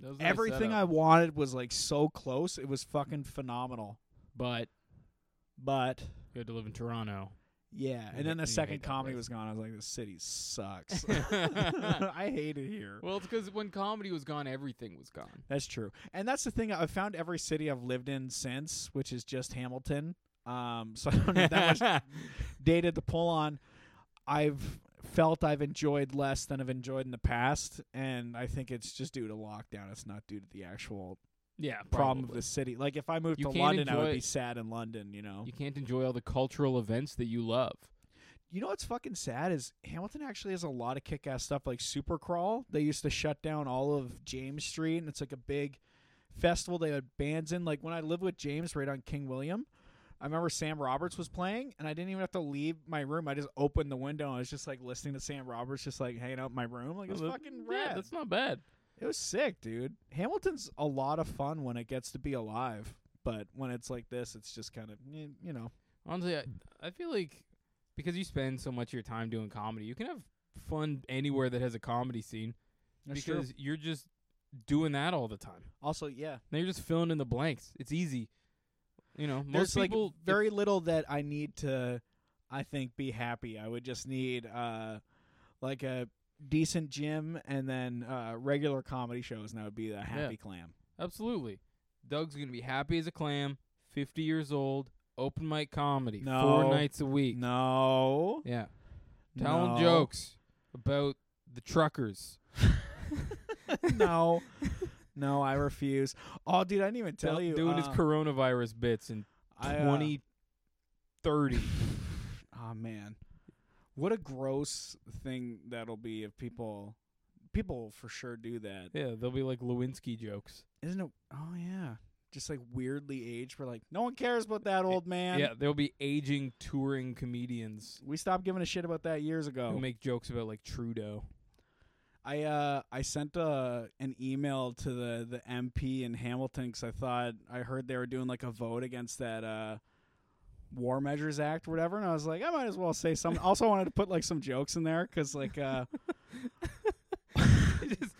Speaker 3: That was a nice
Speaker 2: Everything I
Speaker 3: setup.
Speaker 2: wanted was like so close. It was fucking phenomenal.
Speaker 3: but
Speaker 2: But
Speaker 3: you had to live in Toronto.
Speaker 2: Yeah,
Speaker 3: hate-
Speaker 2: and then
Speaker 3: you
Speaker 2: the
Speaker 3: hate
Speaker 2: second
Speaker 3: that
Speaker 2: comedy
Speaker 3: place.
Speaker 2: was gone. I was like, "This city
Speaker 3: [laughs]
Speaker 2: sucks. [laughs] I hate it here."
Speaker 3: Well, it's because when comedy was gone, everything was gone.
Speaker 2: That's true, and that's the thing. I've found every city I've lived in since, which is just Hamilton. Um, [laughs] so I don't have [laughs]
Speaker 3: [laughs]
Speaker 2: that much data to pull on. I've felt I've enjoyed less than I've enjoyed in the past, and I think it's just due to lockdown. It's not due to the actual
Speaker 3: yeah,
Speaker 2: problem of
Speaker 3: probably.
Speaker 2: the city. Like if I moved
Speaker 3: You
Speaker 2: to
Speaker 3: can't
Speaker 2: London, I would
Speaker 3: enjoy-
Speaker 2: be sad in London. You know.
Speaker 3: You can't enjoy all the cultural events that you love.
Speaker 2: You know what's fucking sad is Hamilton actually has a lot of kick ass stuff like Super Crawl. They used to shut down all of James Street and it's like a big festival they had bands in. Like when I lived with James right on King William, I remember Sam Roberts was playing and I didn't even have to leave my room. I just opened the window and I was just like listening to Sam Roberts just like hanging out in my room. Like it was
Speaker 3: Well, that-
Speaker 2: fucking
Speaker 3: Yeah,
Speaker 2: rad.
Speaker 3: that's not bad.
Speaker 2: it was sick, dude. Hamilton's a lot of fun when it gets to be alive. But when it's like this, it's just kind of eh, you know.
Speaker 3: Honestly, I, I feel like because you spend so much of your time doing comedy, you can have fun anywhere that has a comedy scene because you're just doing that all the time.
Speaker 2: also, yeah,
Speaker 3: Now you're just filling in the blanks. It's easy. You know, most
Speaker 2: There's
Speaker 3: people
Speaker 2: like very little that I need to, I think, be happy. I would just need uh, like a decent gym and then uh, regular comedy shows, and that would be the happy clam.
Speaker 3: absolutely. Doug's gonna be happy as a clam. Fifty years old. Open mic comedy.
Speaker 2: No.
Speaker 3: Four nights a week.
Speaker 2: No,
Speaker 3: Yeah. Telling
Speaker 2: no,
Speaker 3: jokes about the truckers.
Speaker 2: [laughs]
Speaker 3: [laughs]
Speaker 2: no, no, I refuse. Oh, dude, I didn't even tell
Speaker 3: Tell-
Speaker 2: you.
Speaker 3: doing his
Speaker 2: uh,
Speaker 3: coronavirus bits in
Speaker 2: I, uh,
Speaker 3: 2030.
Speaker 2: [sighs] oh man, what a gross thing that'll be if people, people for sure do that.
Speaker 3: yeah, they'll be like Lewinsky jokes.
Speaker 2: Isn't it? Oh yeah, just like weirdly aged. We're like, no one cares about that old man.
Speaker 3: yeah, there'll be aging touring comedians
Speaker 2: We stopped giving a shit about that years ago.
Speaker 3: who make jokes about like
Speaker 2: [laughs]
Speaker 3: Trudeau.
Speaker 2: I uh I sent uh an email to the the MP in Hamilton because I thought I heard they were doing like a vote against that uh War Measures Act or whatever, and I was like, I might as well say something. also, I wanted to put like some jokes in there because like uh
Speaker 3: just,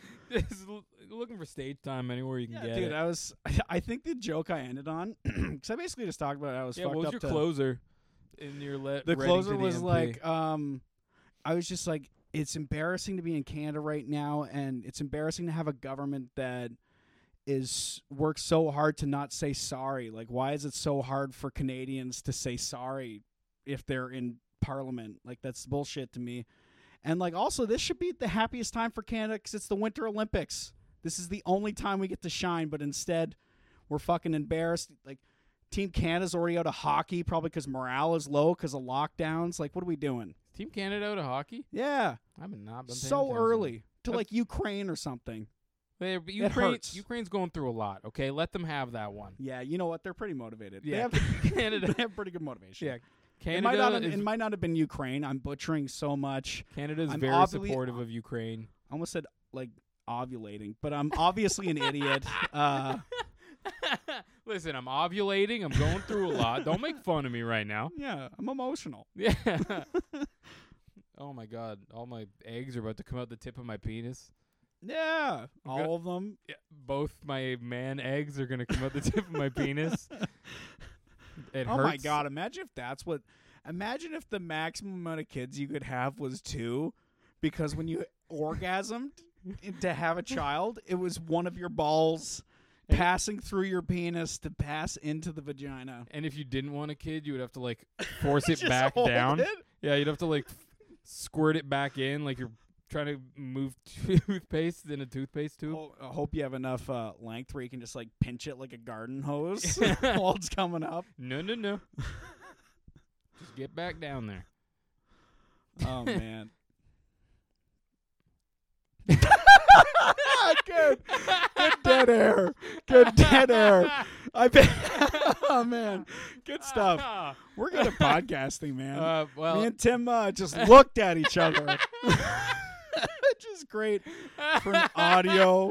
Speaker 3: just l- looking for stage time anywhere you can
Speaker 2: yeah,
Speaker 3: [laughs] get
Speaker 2: dude,
Speaker 3: it.
Speaker 2: I was I think the joke I ended on [clears throat] because I basically just talked about it. I was
Speaker 3: yeah,
Speaker 2: fucked
Speaker 3: what was
Speaker 2: up
Speaker 3: your
Speaker 2: to-
Speaker 3: closer in your le-
Speaker 2: the
Speaker 3: writing
Speaker 2: closer
Speaker 3: to the
Speaker 2: was
Speaker 3: MP?
Speaker 2: like um i was just like it's embarrassing to be in canada right now and it's embarrassing to have a government that is works so hard to not say sorry like why is it so hard for canadians to say sorry if they're in parliament like that's bullshit to me and like also this should be the happiest time for canada because it's the winter olympics this is the only time we get to shine but instead we're fucking embarrassed like Team Canada's already out of hockey, probably because morale is low because of lockdowns. Like, what are we doing?
Speaker 3: Team Canada out of hockey.
Speaker 2: Yeah,
Speaker 3: I've not been paying
Speaker 2: so
Speaker 3: attention.
Speaker 2: early to
Speaker 3: That's-
Speaker 2: like Ukraine or something.
Speaker 3: They- but
Speaker 2: It
Speaker 3: Ukraine,
Speaker 2: hurts.
Speaker 3: Ukraine's going through a lot. Okay, let them have that one.
Speaker 2: Yeah, you know what? They're pretty motivated.
Speaker 3: Yeah,
Speaker 2: they have, [laughs]
Speaker 3: [laughs] Canada.
Speaker 2: they have pretty good motivation.
Speaker 3: Yeah,
Speaker 2: it might not.
Speaker 3: Canada
Speaker 2: Have,
Speaker 3: is
Speaker 2: it might not have been Ukraine. I'm butchering so much.
Speaker 3: Canada's
Speaker 2: I'm
Speaker 3: very
Speaker 2: obviously-
Speaker 3: supportive of Ukraine.
Speaker 2: I almost said like ovulating, but I'm obviously [laughs] an idiot. Uh,
Speaker 3: [laughs] Listen, I'm ovulating. I'm going through a lot. Don't make fun of me right
Speaker 2: [laughs]
Speaker 3: now.
Speaker 2: yeah, I'm emotional.
Speaker 3: Yeah. [laughs] oh my god, all my eggs are about to come out the tip of my penis.
Speaker 2: Yeah,
Speaker 3: got-
Speaker 2: all of them.
Speaker 3: Yeah, both my man eggs are gonna come out the tip of my
Speaker 2: [laughs]
Speaker 3: penis. It
Speaker 2: oh
Speaker 3: hurts.
Speaker 2: my god! Imagine if that's what. Imagine if the maximum amount of kids you could have was two, because when you orgasmed to have a child, it was one of your balls passing through your penis to pass into the vagina.
Speaker 3: And if you didn't want a kid, you would have to
Speaker 2: [laughs]
Speaker 3: like force it
Speaker 2: Just
Speaker 3: back
Speaker 2: hold
Speaker 3: down.
Speaker 2: it.
Speaker 3: Yeah, you'd have to like squirt it back in, like you're trying to move [laughs] toothpaste in a toothpaste tube.
Speaker 2: Ho- I hope you have enough uh, length where you can just like pinch it like a garden hose [laughs] while it's coming up.
Speaker 3: No, no,
Speaker 2: [laughs]
Speaker 3: no. Just get back down there.
Speaker 2: Oh man. [laughs]
Speaker 3: Good.
Speaker 2: Dead air. Good dead air.
Speaker 3: [laughs]
Speaker 2: I bet. [laughs] oh man, good stuff. [laughs] We're good at podcasting, man.
Speaker 3: Uh,
Speaker 2: Me
Speaker 3: well,
Speaker 2: and Tim uh, [laughs] just looked at each other, [laughs] which is great for an audio.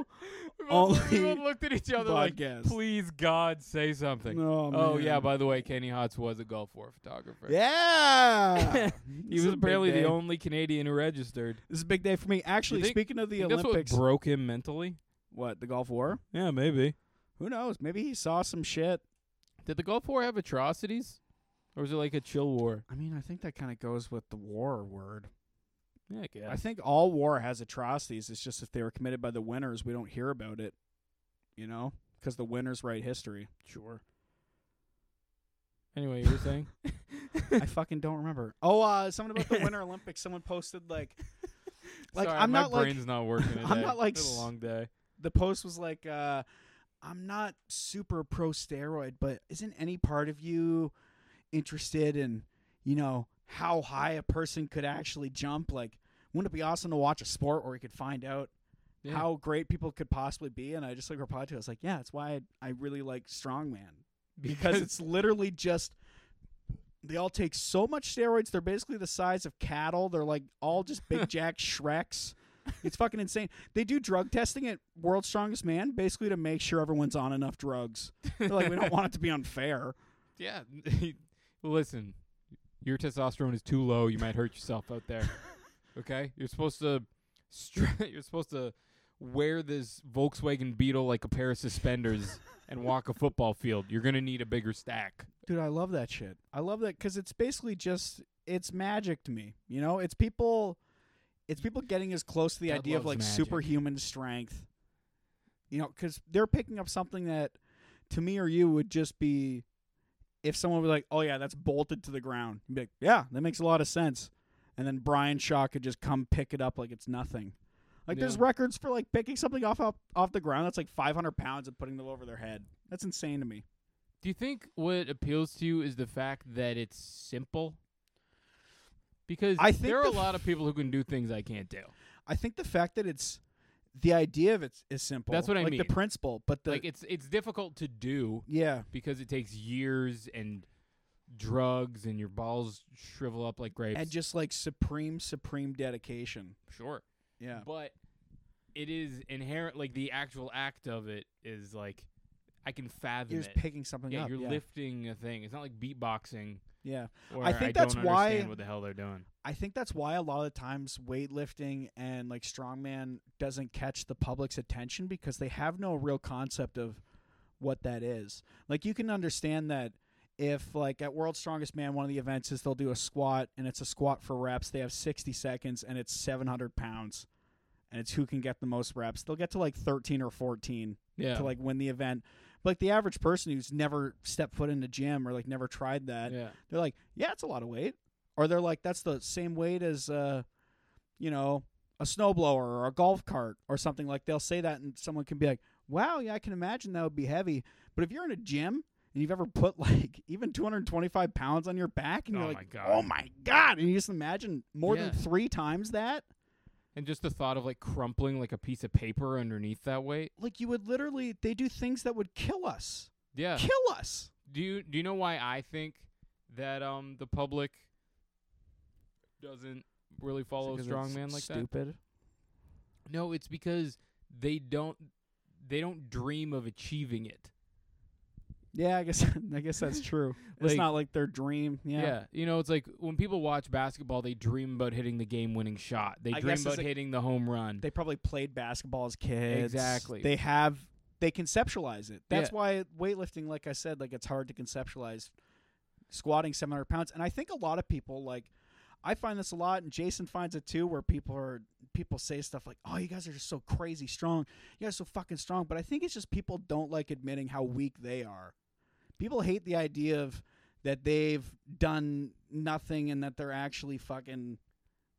Speaker 3: we [laughs] both, we
Speaker 2: only
Speaker 3: both looked at each [laughs] other like,
Speaker 2: podcast.
Speaker 3: please God, say something.
Speaker 2: Oh,
Speaker 3: oh
Speaker 2: man.
Speaker 3: yeah, by the way, Kenny Hotz was a Gulf War photographer. [laughs]
Speaker 2: Yeah,
Speaker 3: he was apparently the only Canadian who registered.
Speaker 2: This is a big day for me. Actually,
Speaker 3: think-
Speaker 2: speaking of the
Speaker 3: Think that's what
Speaker 2: Olympics,
Speaker 3: broke him mentally.
Speaker 2: what the Gulf War?
Speaker 3: Yeah, maybe.
Speaker 2: Who knows? Maybe he saw some shit.
Speaker 3: Did the Gulf War have atrocities, or was it like a chill war?
Speaker 2: I mean, I think that kind of goes with the war word.
Speaker 3: Yeah, I
Speaker 2: I
Speaker 3: guess.
Speaker 2: think all war has atrocities. It's just if they were committed by the winners, we don't hear about it, you know, because the winners write history. Sure.
Speaker 3: Anyway, you were saying.
Speaker 2: I fucking don't remember. Oh, uh, something about
Speaker 3: [laughs]
Speaker 2: the Winter Olympics. Someone posted like, [laughs] like
Speaker 3: Sorry,
Speaker 2: I'm
Speaker 3: my
Speaker 2: not like
Speaker 3: brain's not working. Today.
Speaker 2: [laughs] I'm not, like,
Speaker 3: It's been
Speaker 2: s-
Speaker 3: a long day.
Speaker 2: the post was like, uh, I'm not super pro steroid, but isn't any part of you interested in, you know, how high a person could actually jump? Like, wouldn't it be awesome to watch a sport where you could find out
Speaker 3: Yeah.
Speaker 2: how great people could possibly be. And I just like replied to it. I was like, yeah, that's why I, I really like Strongman because it's literally just they all take so much steroids. They're basically the size of cattle. They're like all just big jack Shreks. It's fucking insane. They do drug testing at World's Strongest Man basically to make sure everyone's on enough drugs. They're like, we don't want it to be unfair.
Speaker 3: yeah. [laughs] Listen, your testosterone is too low. You might hurt yourself out [laughs] there. Okay, you're supposed to. Str- [laughs] you're supposed to wear this Volkswagen Beetle like a pair of [laughs] suspenders and walk a football field. You're gonna need a bigger stack.
Speaker 2: Dude, I love that shit. I love that because it's basically just it's magic to me. You know, it's people, it's people getting as close to the
Speaker 3: God
Speaker 2: idea of
Speaker 3: loves
Speaker 2: like
Speaker 3: magic.
Speaker 2: superhuman strength. You know, because they're picking up something that to me or you would just be if someone was like, "Oh yeah, that's bolted to the ground." You'd be like, "Yeah, that makes a lot of sense." And then Brian Shaw could just come pick it up like it's nothing. Like there's
Speaker 3: Yeah.
Speaker 2: records for like picking something off off, off the ground that's like 500 pounds and putting them over their head. That's insane to me.
Speaker 3: Do you think what appeals to you is the fact that it's simple? Because
Speaker 2: I think
Speaker 3: there are
Speaker 2: the
Speaker 3: a lot of people who can do things I can't do.
Speaker 2: I think the fact that it's the idea of it is simple.
Speaker 3: That's what I
Speaker 2: like The
Speaker 3: mean.
Speaker 2: principle, but the
Speaker 3: like it's it's difficult to do
Speaker 2: yeah,
Speaker 3: because it takes years and drugs and your balls shrivel up like grapes.
Speaker 2: and just like supreme, supreme dedication.
Speaker 3: sure,
Speaker 2: Yeah,
Speaker 3: but it is inherent. Like the actual act of it is like I can fathom
Speaker 2: you're
Speaker 3: it.
Speaker 2: just picking something
Speaker 3: yeah,
Speaker 2: up.
Speaker 3: you're
Speaker 2: yeah.
Speaker 3: lifting a thing. It's not like beatboxing.
Speaker 2: yeah,
Speaker 3: Or
Speaker 2: I think that's
Speaker 3: don't
Speaker 2: why-
Speaker 3: understand what the hell they're doing.
Speaker 2: I think that's why a lot of times weightlifting and like strongman doesn't catch the public's attention because they have no real concept of what that is. Like you can understand that if like at World's Strongest Man one of the events is they'll do a squat and it's a squat for reps, they have 60 seconds and it's 700 pounds and it's who can get the most reps. They'll get to like 13 or 14
Speaker 3: Yeah,
Speaker 2: to like win the event. But like the average person who's never stepped foot in a gym or like never tried that,
Speaker 3: yeah.
Speaker 2: they're like, yeah, it's a lot of weight. Or they're like, that's the same weight as, uh, you know, a snowblower or a golf cart or something. Like they'll say that and someone can be like, wow, yeah, I can imagine that would be heavy. But if you're in a gym and you've ever put [laughs] like even 225 pounds on your back and you're
Speaker 3: Oh
Speaker 2: like,
Speaker 3: my God.
Speaker 2: oh my God. And you just imagine more
Speaker 3: Yeah.
Speaker 2: than three times that.
Speaker 3: And just the thought of like crumpling like a piece of paper underneath that weight.
Speaker 2: Like you would literally, they do things that would kill us.
Speaker 3: Yeah.
Speaker 2: Kill us.
Speaker 3: Do you do you know why I think that um the public doesn't really follow strongman like that?
Speaker 2: Stupid.
Speaker 3: No, it's because they don't they don't dream of achieving it.
Speaker 2: Yeah, I guess [laughs] I guess that's true. it's
Speaker 3: Like-
Speaker 2: not like their dream.
Speaker 3: You know, it's like when people watch basketball, they dream about hitting the game winning shot. They
Speaker 2: I
Speaker 3: dream
Speaker 2: guess it's
Speaker 3: about
Speaker 2: like-
Speaker 3: hitting the home run.
Speaker 2: they probably played basketball as kids.
Speaker 3: Exactly.
Speaker 2: They have they conceptualize it. That's
Speaker 3: Yeah.
Speaker 2: why weightlifting, like I said, like it's hard to conceptualize squatting seven hundred pounds. And I think a lot of people like I find this a lot and Jason finds it too, where people are people say stuff like, Oh, you guys are just so crazy strong. You guys are so fucking strong. But I think it's just people don't like admitting how weak they are. People hate the idea of that they've done nothing and that they're actually fucking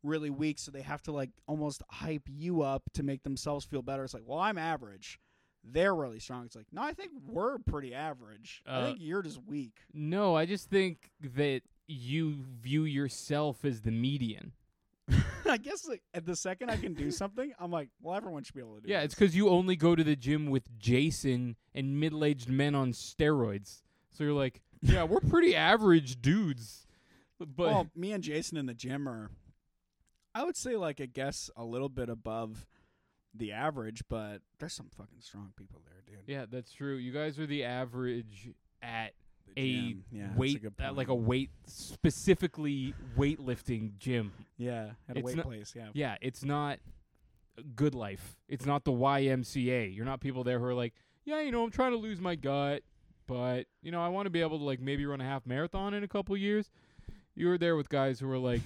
Speaker 2: really weak so they have to like almost hype you up to make themselves feel better it's like well i'm average they're really strong it's like no i think we're pretty average i
Speaker 3: Uh,
Speaker 2: think you're just weak [laughs]
Speaker 3: no, I just think that you view yourself as the median.
Speaker 2: I guess like, at the second I can do
Speaker 3: [laughs]
Speaker 2: something, I'm like, well, everyone should be able to do.
Speaker 3: Yeah, it's
Speaker 2: this.
Speaker 3: because you only go to the gym with Jason and middle aged men on steroids. So you're
Speaker 2: [laughs]
Speaker 3: like, yeah, we're pretty average dudes. But
Speaker 2: well, me and Jason in the gym are, I would say, like I guess a little bit above the average, but there's some fucking strong people there, dude.
Speaker 3: yeah, that's true. You guys are the average at
Speaker 2: The
Speaker 3: a
Speaker 2: gym. yeah, that's
Speaker 3: weight,
Speaker 2: a good
Speaker 3: at like a
Speaker 2: point.
Speaker 3: weight, specifically weightlifting gym.
Speaker 2: yeah, at a
Speaker 3: it's
Speaker 2: weight
Speaker 3: not-
Speaker 2: place, yeah.
Speaker 3: Yeah, it's not good life. It's not the YMCA. You're not people there who are like, yeah, you know, I'm trying to lose my gut, but you know, I want to be able to like maybe run a half marathon in a couple years. You were there with guys who were like,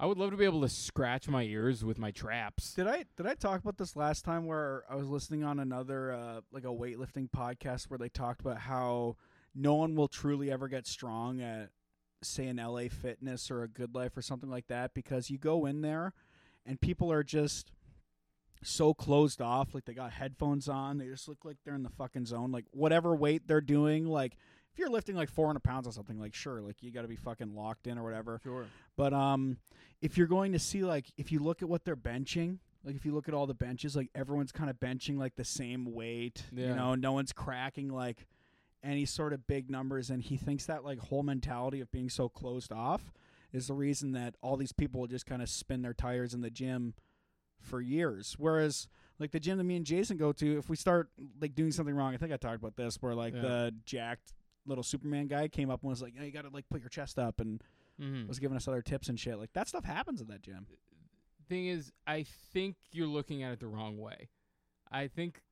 Speaker 3: I would love to be able to scratch my ears with my traps.
Speaker 2: Did I did I talk about this last time where I was listening on another uh, like a weightlifting podcast where they talked about how no one will truly ever get strong at say an LA Fitness or a Good Life or something like that because you go in there and people are just so closed off like they got headphones on they just look like they're in the fucking zone like whatever weight they're doing like if you're lifting like 400 pounds or something like sure like you got to be fucking locked in or whatever
Speaker 3: Sure.
Speaker 2: but um, if you're going to see like if you look at what they're benching, like if you look at all the benches, like everyone's kind of benching like the same weight.
Speaker 3: Yeah.
Speaker 2: You know, no one's cracking like any sort of big numbers, and he thinks that like whole mentality of being so closed off is the reason that all these people will just kind of spin their tires in the gym for years. Whereas like the gym that me and Jason go to, if we start like doing something wrong, I think I talked about this, where like
Speaker 3: Yeah.
Speaker 2: the jacked little Superman guy came up and was like, "You, know, you got to like put your chest up and."
Speaker 3: Mm-hmm.
Speaker 2: was giving us other tips and shit. Like that stuff happens in that gym.
Speaker 3: thing is, I think you're looking at it the wrong way. I think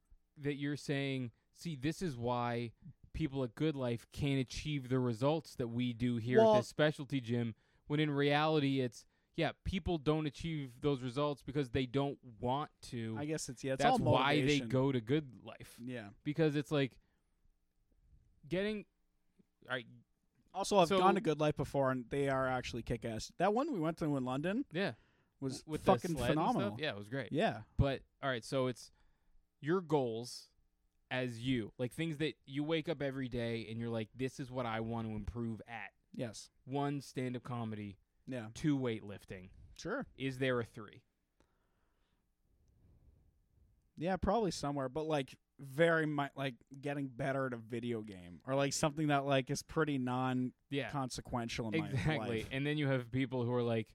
Speaker 3: that you're saying, see, this is why people at Good Life can't achieve the results that we do here
Speaker 2: Well-
Speaker 3: at this specialty gym, when in reality, it's, yeah, people don't achieve those results because they don't want to.
Speaker 2: I guess it's yeah. It's
Speaker 3: That's
Speaker 2: all
Speaker 3: why they
Speaker 2: motivation.
Speaker 3: go to Good Life
Speaker 2: Yeah.
Speaker 3: because it's like getting. All right,
Speaker 2: Also, I've
Speaker 3: So-
Speaker 2: gone to Good Life before, and they are actually kick ass. That one we went to in London
Speaker 3: yeah,
Speaker 2: was
Speaker 3: with the
Speaker 2: fucking
Speaker 3: sled and stuff,
Speaker 2: phenomenal.
Speaker 3: Yeah, it was great.
Speaker 2: yeah.
Speaker 3: But all right, so it's your goals as you, like things that you wake up every day and you're like, this is what I want to improve at.
Speaker 2: Yes.
Speaker 3: One, stand up comedy.
Speaker 2: Yeah.
Speaker 3: Two, weightlifting.
Speaker 2: Sure.
Speaker 3: Is there a three?
Speaker 2: Yeah. Probably somewhere, but like very mi- like getting better at a video game or like something that like is pretty non
Speaker 3: Yeah,
Speaker 2: consequential in my
Speaker 3: exactly.
Speaker 2: life.
Speaker 3: And then you have people who are like,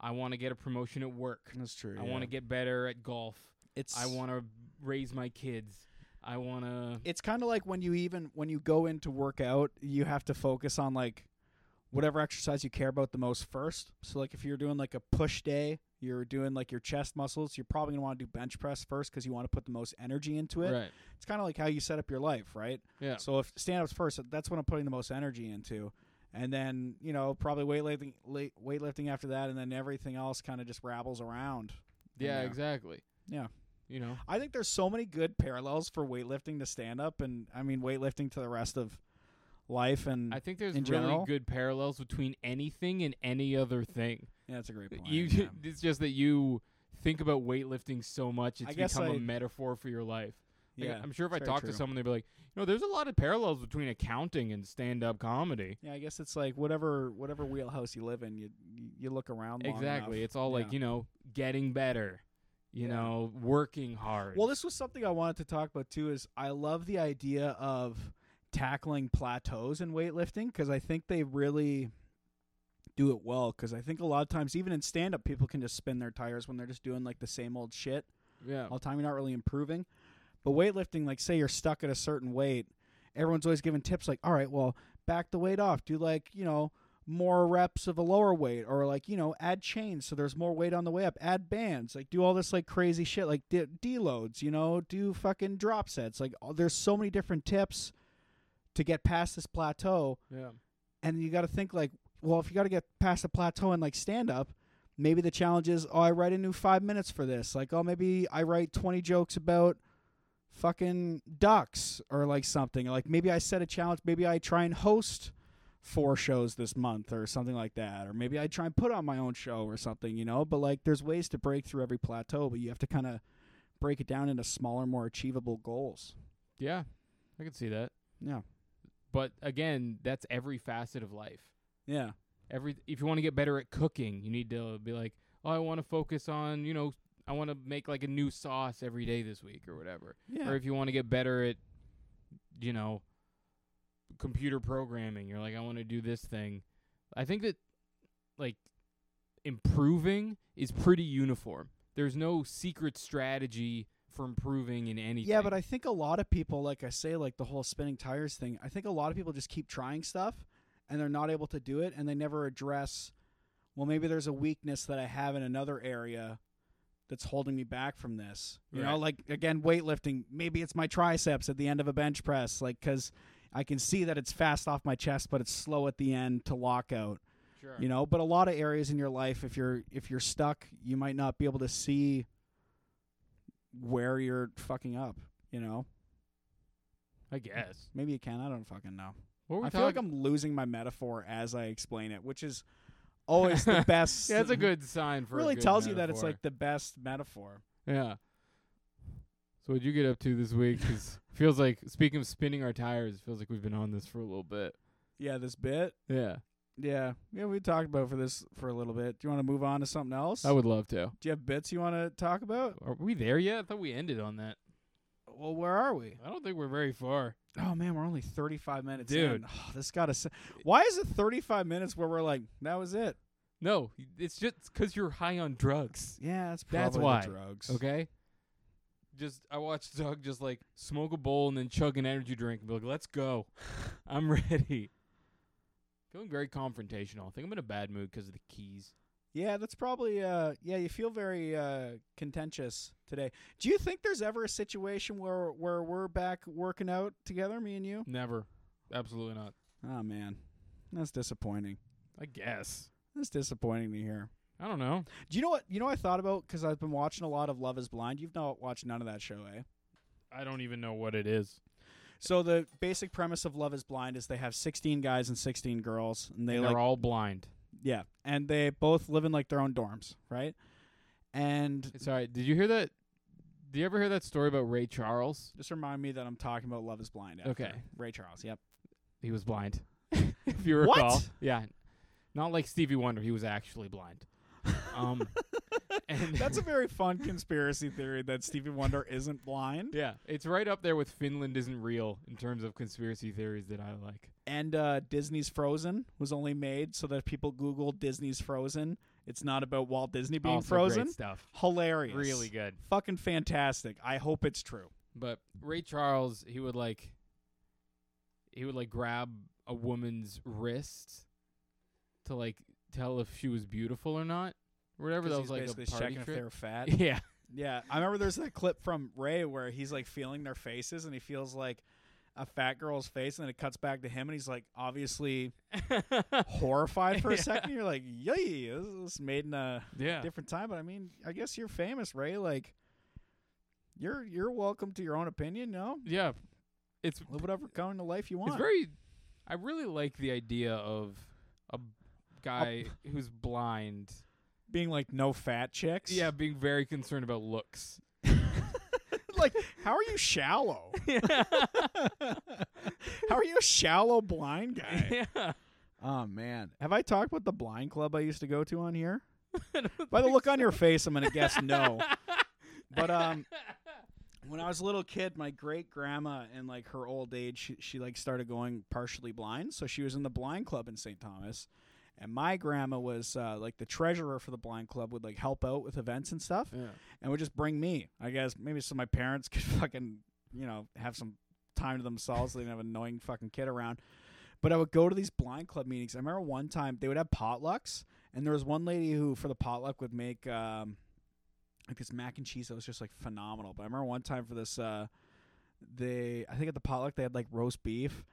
Speaker 3: I want to get a promotion at work.
Speaker 2: That's true.
Speaker 3: I want to
Speaker 2: yeah.
Speaker 3: get better at golf.
Speaker 2: It's
Speaker 3: I want to raise my kids. I want to.
Speaker 2: it's kind of like when you even when you go in to work out, you have to focus on like whatever exercise you care about the most first. So like if you're doing like a push day, you're doing like your chest muscles, you're probably gonna want to do bench press first because you want to put the most energy into it.
Speaker 3: Right.
Speaker 2: It's kind of like how you set up your life, right?
Speaker 3: Yeah.
Speaker 2: So if stand ups first, that's what I'm putting the most energy into. And then, you know, probably weightlifting, late- weightlifting after that, and then everything else kind of just rabbles around.
Speaker 3: Yeah,
Speaker 2: Yeah.
Speaker 3: exactly.
Speaker 2: Yeah.
Speaker 3: You know?
Speaker 2: I think there's so many good parallels for weightlifting to stand up, and I mean weightlifting to the rest of life. And
Speaker 3: I think there's
Speaker 2: In
Speaker 3: really
Speaker 2: general?
Speaker 3: good parallels between anything and any other thing.
Speaker 2: yeah, that's a great point.
Speaker 3: You, [laughs]
Speaker 2: yeah.
Speaker 3: it's just that you think about weightlifting so much,
Speaker 2: I
Speaker 3: it's
Speaker 2: guess
Speaker 3: become a
Speaker 2: I-
Speaker 3: metaphor for your life. Like,
Speaker 2: yeah,
Speaker 3: I'm sure if I
Speaker 2: it's very
Speaker 3: talk to
Speaker 2: true.
Speaker 3: someone, they'd be like, you know, there's a lot of parallels between accounting and stand-up comedy.
Speaker 2: yeah. I guess it's like whatever whatever wheelhouse you live in, you you look around. long
Speaker 3: exactly.
Speaker 2: enough.
Speaker 3: It's all like
Speaker 2: Yeah.
Speaker 3: you know, getting better, you
Speaker 2: Yeah.
Speaker 3: know, working hard.
Speaker 2: Well, this was something I wanted to talk about too. Is I love the idea of tackling plateaus in weightlifting because I think they really do it well. Because I think a lot of times, even in stand up, people can just spin their tires when they're just doing like the same old shit.
Speaker 3: yeah,
Speaker 2: all the time. You're not really improving. But weightlifting, like say you're stuck at a certain weight, everyone's always giving tips like, all right, well, back the weight off. Do like, you know, more reps of a lower weight or like, you know, add chains so there's more weight on the way up. Add bands. Like do all this like crazy shit like de- deloads, you know, do fucking drop sets. Like all, there's so many different tips to get past this plateau
Speaker 3: yeah,
Speaker 2: and you got to think like, well, if you got to get past the plateau and like stand up, maybe the challenge is, oh, I write a new five minutes for this. Like, oh, maybe I write twenty jokes about fucking ducks or like something. Like maybe I set a challenge. Maybe I try and host four shows this month or something like that. Or maybe I try and put on my own show or something. You know, but like there's ways to break through every plateau, but you have to kind of break it down into smaller, more achievable goals.
Speaker 3: yeah. I can see that.
Speaker 2: Yeah.
Speaker 3: But again, that's every facet of life.
Speaker 2: Yeah.
Speaker 3: every if you want to get better at cooking, you need to be like, oh, I want to focus on, you know, I want to make like a new sauce every day this week or whatever.
Speaker 1: Yeah.
Speaker 3: [laughs] Or if you want to get better at, you know, computer programming, you're like, I want to do this thing. I think that, like, improving is pretty uniform. There's no secret strategy for improving in anything.
Speaker 2: Yeah, but I think a lot of people, like I say, like the whole spinning tires thing, I think a lot of people just keep trying stuff and they're not able to do it and they never address, well, maybe there's a weakness that I have in another area that's holding me back from this. You
Speaker 3: Right.
Speaker 2: know, like again, weightlifting, maybe it's my triceps at the end of a bench press, like, because I can see that it's fast off my chest, but it's slow at the end to lock out
Speaker 3: sure.
Speaker 2: you know but a lot of areas in your life if you're if you're stuck you might not be able to see where you're fucking up you know
Speaker 3: I guess.
Speaker 2: maybe you can i don't fucking know
Speaker 3: What were we
Speaker 2: i feel like
Speaker 3: talking-
Speaker 2: i'm losing my metaphor as i explain it which is always
Speaker 3: [laughs]
Speaker 2: the best
Speaker 3: Yeah, that's a good sign for. a
Speaker 2: really
Speaker 3: good
Speaker 2: tells you that it's
Speaker 3: metaphor.
Speaker 2: like the best metaphor
Speaker 3: Yeah. So what'd you get up to this week? 'Cause [laughs] feels like speaking of spinning our tires, it feels like we've been on this for a little bit.
Speaker 2: yeah this bit
Speaker 3: Yeah,
Speaker 2: yeah yeah we talked about for this for a little bit do you want to move on to something else
Speaker 3: I would love to.
Speaker 2: do you have bits you want to talk about
Speaker 3: Are we there yet? I thought we ended on that.
Speaker 2: well where are we
Speaker 3: I don't think we're very far.
Speaker 2: Oh man, we're only 35 minutes
Speaker 3: Dude.
Speaker 2: in. Oh, this got us. Why is it 35 minutes where we're like, that was it?
Speaker 3: No, it's just 'cause you're high on [laughs] drugs.
Speaker 2: Yeah, that's
Speaker 3: That's
Speaker 2: probably the
Speaker 3: why.
Speaker 2: drugs. [laughs]
Speaker 3: Okay. Just I watched Doug just like smoke a bowl and then chug an energy drink and be like, "Let's [laughs] go, I'm ready." Feeling very confrontational. I think I'm in a bad mood 'cause of the keys.
Speaker 2: Yeah, that's probably. Uh, yeah, you feel very uh, contentious today. Do you think there's ever a situation where where we're back working out together, me and you?
Speaker 3: Never, absolutely not.
Speaker 2: Oh man, that's disappointing.
Speaker 3: I guess
Speaker 2: That's disappointing to hear.
Speaker 3: I don't know.
Speaker 2: Do you know what? You know what I thought about because I've been watching a lot of Love Is Blind. You've not watched none of that show, eh?
Speaker 3: I don't even know what it is.
Speaker 2: So the basic premise of Love Is Blind is they have 16 guys and 16 girls, and they
Speaker 3: and
Speaker 2: like
Speaker 3: they're all blind.
Speaker 2: Yeah, and they both live in like their own dorms, right? And
Speaker 3: It's all right. Did you hear that? Do you ever hear that story about Ray Charles?
Speaker 2: just remind me that I'm talking about Love Is Blind. After.
Speaker 3: Okay.
Speaker 2: Ray Charles.
Speaker 3: [laughs]
Speaker 2: Yep.
Speaker 3: He was blind. [laughs] if you recall,
Speaker 2: What?
Speaker 3: yeah, not like Stevie Wonder. He was actually blind.
Speaker 2: [laughs]
Speaker 3: Um, and
Speaker 2: That's a very fun conspiracy theory that Stevie Wonder isn't blind.
Speaker 3: [laughs] yeah, it's right up there with Finland isn't real in terms of conspiracy theories that I like.
Speaker 2: And uh, Disney's Frozen was only made so that people Google Disney's Frozen. It's not about Walt Disney being
Speaker 3: Also great
Speaker 2: frozen.
Speaker 3: stuff,
Speaker 2: Hilarious.
Speaker 3: really good.
Speaker 2: Fucking fantastic. I hope it's true.
Speaker 3: But Ray Charles, he would like he would like grab a woman's wrist to like tell if she was beautiful or not. Or whatever
Speaker 2: 'Cause
Speaker 3: that
Speaker 2: he's
Speaker 3: was like a
Speaker 2: basically
Speaker 3: party
Speaker 2: checking if they
Speaker 3: trick.
Speaker 2: were fat.
Speaker 3: Yeah.
Speaker 2: Yeah, I remember there's that clip from Ray where he's like feeling their faces and he feels like a fat girl's face, and then it cuts back to him and he's like obviously
Speaker 3: [laughs]
Speaker 2: horrified for a
Speaker 3: Yeah.
Speaker 2: second. You're like, yay, this was made in a
Speaker 3: yeah.
Speaker 2: different time. But I mean, I guess you're famous, Ray. Like, you're you're welcome to your own opinion. No,
Speaker 3: Yeah. It's
Speaker 2: live whatever coming to life you want.
Speaker 3: it's very I really like the idea of a b- guy who's blind.
Speaker 2: Being like no fat chicks.
Speaker 3: Yeah, being very concerned about looks.
Speaker 2: [laughs] like how are you shallow?
Speaker 3: yeah.
Speaker 2: How are you a shallow blind guy? Oh man, have I talked about the blind club I used to go to on here? By the look on your face, I'm gonna guess no. but um, when I was a little kid, my great grandma in like her old age, she, she like started going partially blind, so she was in the blind club in St. Thomas, and my grandma was uh, like the treasurer for the blind club, would like help out with events and stuff,
Speaker 3: Yeah.
Speaker 2: and would just bring me. I guess maybe so my parents [laughs] could fucking you know have some time to themselves. so they didn't have an annoying fucking kid around. But I would go to these blind club meetings. I remember one time they would have potlucks, and there was one lady who for the potluck would make um, like this mac and cheese that was just like phenomenal. But I remember one time for this, uh, they I think at the potluck they had like roast beef,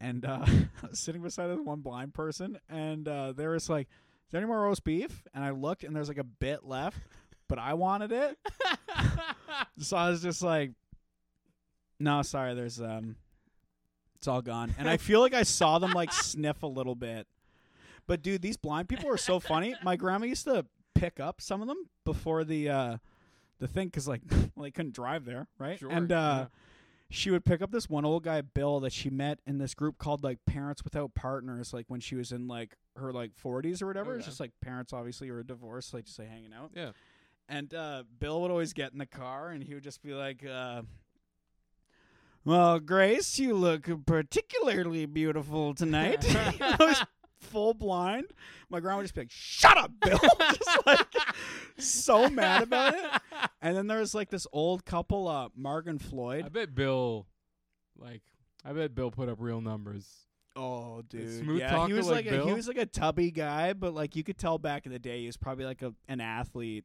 Speaker 2: and uh, [laughs] I was sitting beside this one blind person, and uh, they were just like, "Is there any more roast beef?" And I looked, and there's like a bit left, but I wanted it,
Speaker 3: [laughs]
Speaker 2: so I was just like, "No, sorry, there's um, it's all gone." And I feel like I saw them
Speaker 3: [laughs]
Speaker 2: like sniff a little bit, but dude, these blind people are so funny. My grandma used to pick up some of them before the uh, the thing because like [laughs] well, they couldn't drive there, right?
Speaker 3: Sure,
Speaker 2: and uh,
Speaker 3: yeah.
Speaker 2: she would pick up this one old guy, Bill, that she met in this group called like Parents Without Partners, like when she was in like her like 40s or whatever. It's
Speaker 3: Okay.
Speaker 2: just like parents obviously were divorced, like just like hanging out.
Speaker 3: Yeah.
Speaker 2: And uh, Bill would always get in the car and he would just be like, uh, "Well, Grace, you look particularly beautiful tonight." [laughs] I was full blind. My grandma would just be like, "Shut up, Bill!" [laughs] just like so mad about it. And then there was like this old couple, uh, Marg and Floyd.
Speaker 3: I bet Bill, like, I bet Bill put up real numbers.
Speaker 2: Oh, dude,
Speaker 3: smooth
Speaker 2: yeah,
Speaker 3: talker
Speaker 2: he was
Speaker 3: like
Speaker 2: like, a, he
Speaker 3: Bill?
Speaker 2: was like a tubby guy, but like you could tell back in the day, he was probably like a, an athlete,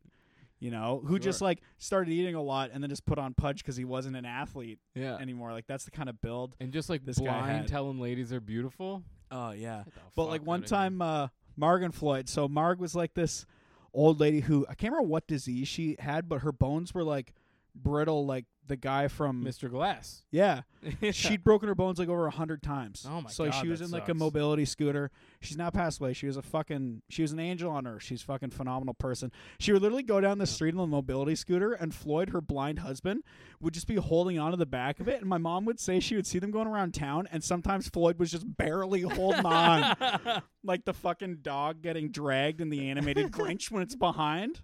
Speaker 2: you know, who just
Speaker 3: Sure.
Speaker 2: like started eating a lot and then just put on punch because he wasn't an athlete
Speaker 3: Yeah. And,
Speaker 2: anymore. Like that's the kind of build.
Speaker 3: just like
Speaker 2: This guy
Speaker 3: blind
Speaker 2: had-
Speaker 3: telling ladies they're beautiful.
Speaker 2: Oh yeah,
Speaker 3: Get the
Speaker 2: but
Speaker 3: fuck
Speaker 2: like one
Speaker 3: outta here.
Speaker 2: time, uh, Marg and Floyd. So Marg was like this old lady who I can't remember what disease she had, but her bones were like brittle, like the guy from
Speaker 3: Mr. Glass.
Speaker 2: [laughs] yeah.
Speaker 3: Yeah.
Speaker 2: She'd broken her bones like over a hundred times.
Speaker 3: Oh my
Speaker 2: So like,
Speaker 3: God,
Speaker 2: she was
Speaker 3: that
Speaker 2: in like a
Speaker 3: sucks.
Speaker 2: mobility scooter. She's not passed away. She was a fucking. She was an angel on earth. She's a fucking phenomenal person. She would literally go down the street on the mobility scooter, and Floyd, her blind husband, would just be holding onto the back of it. And my mom would say she would see them going around town, and sometimes Floyd was just barely holding on,
Speaker 3: [laughs]
Speaker 2: like the fucking dog getting dragged in the animated Grinch when it's behind.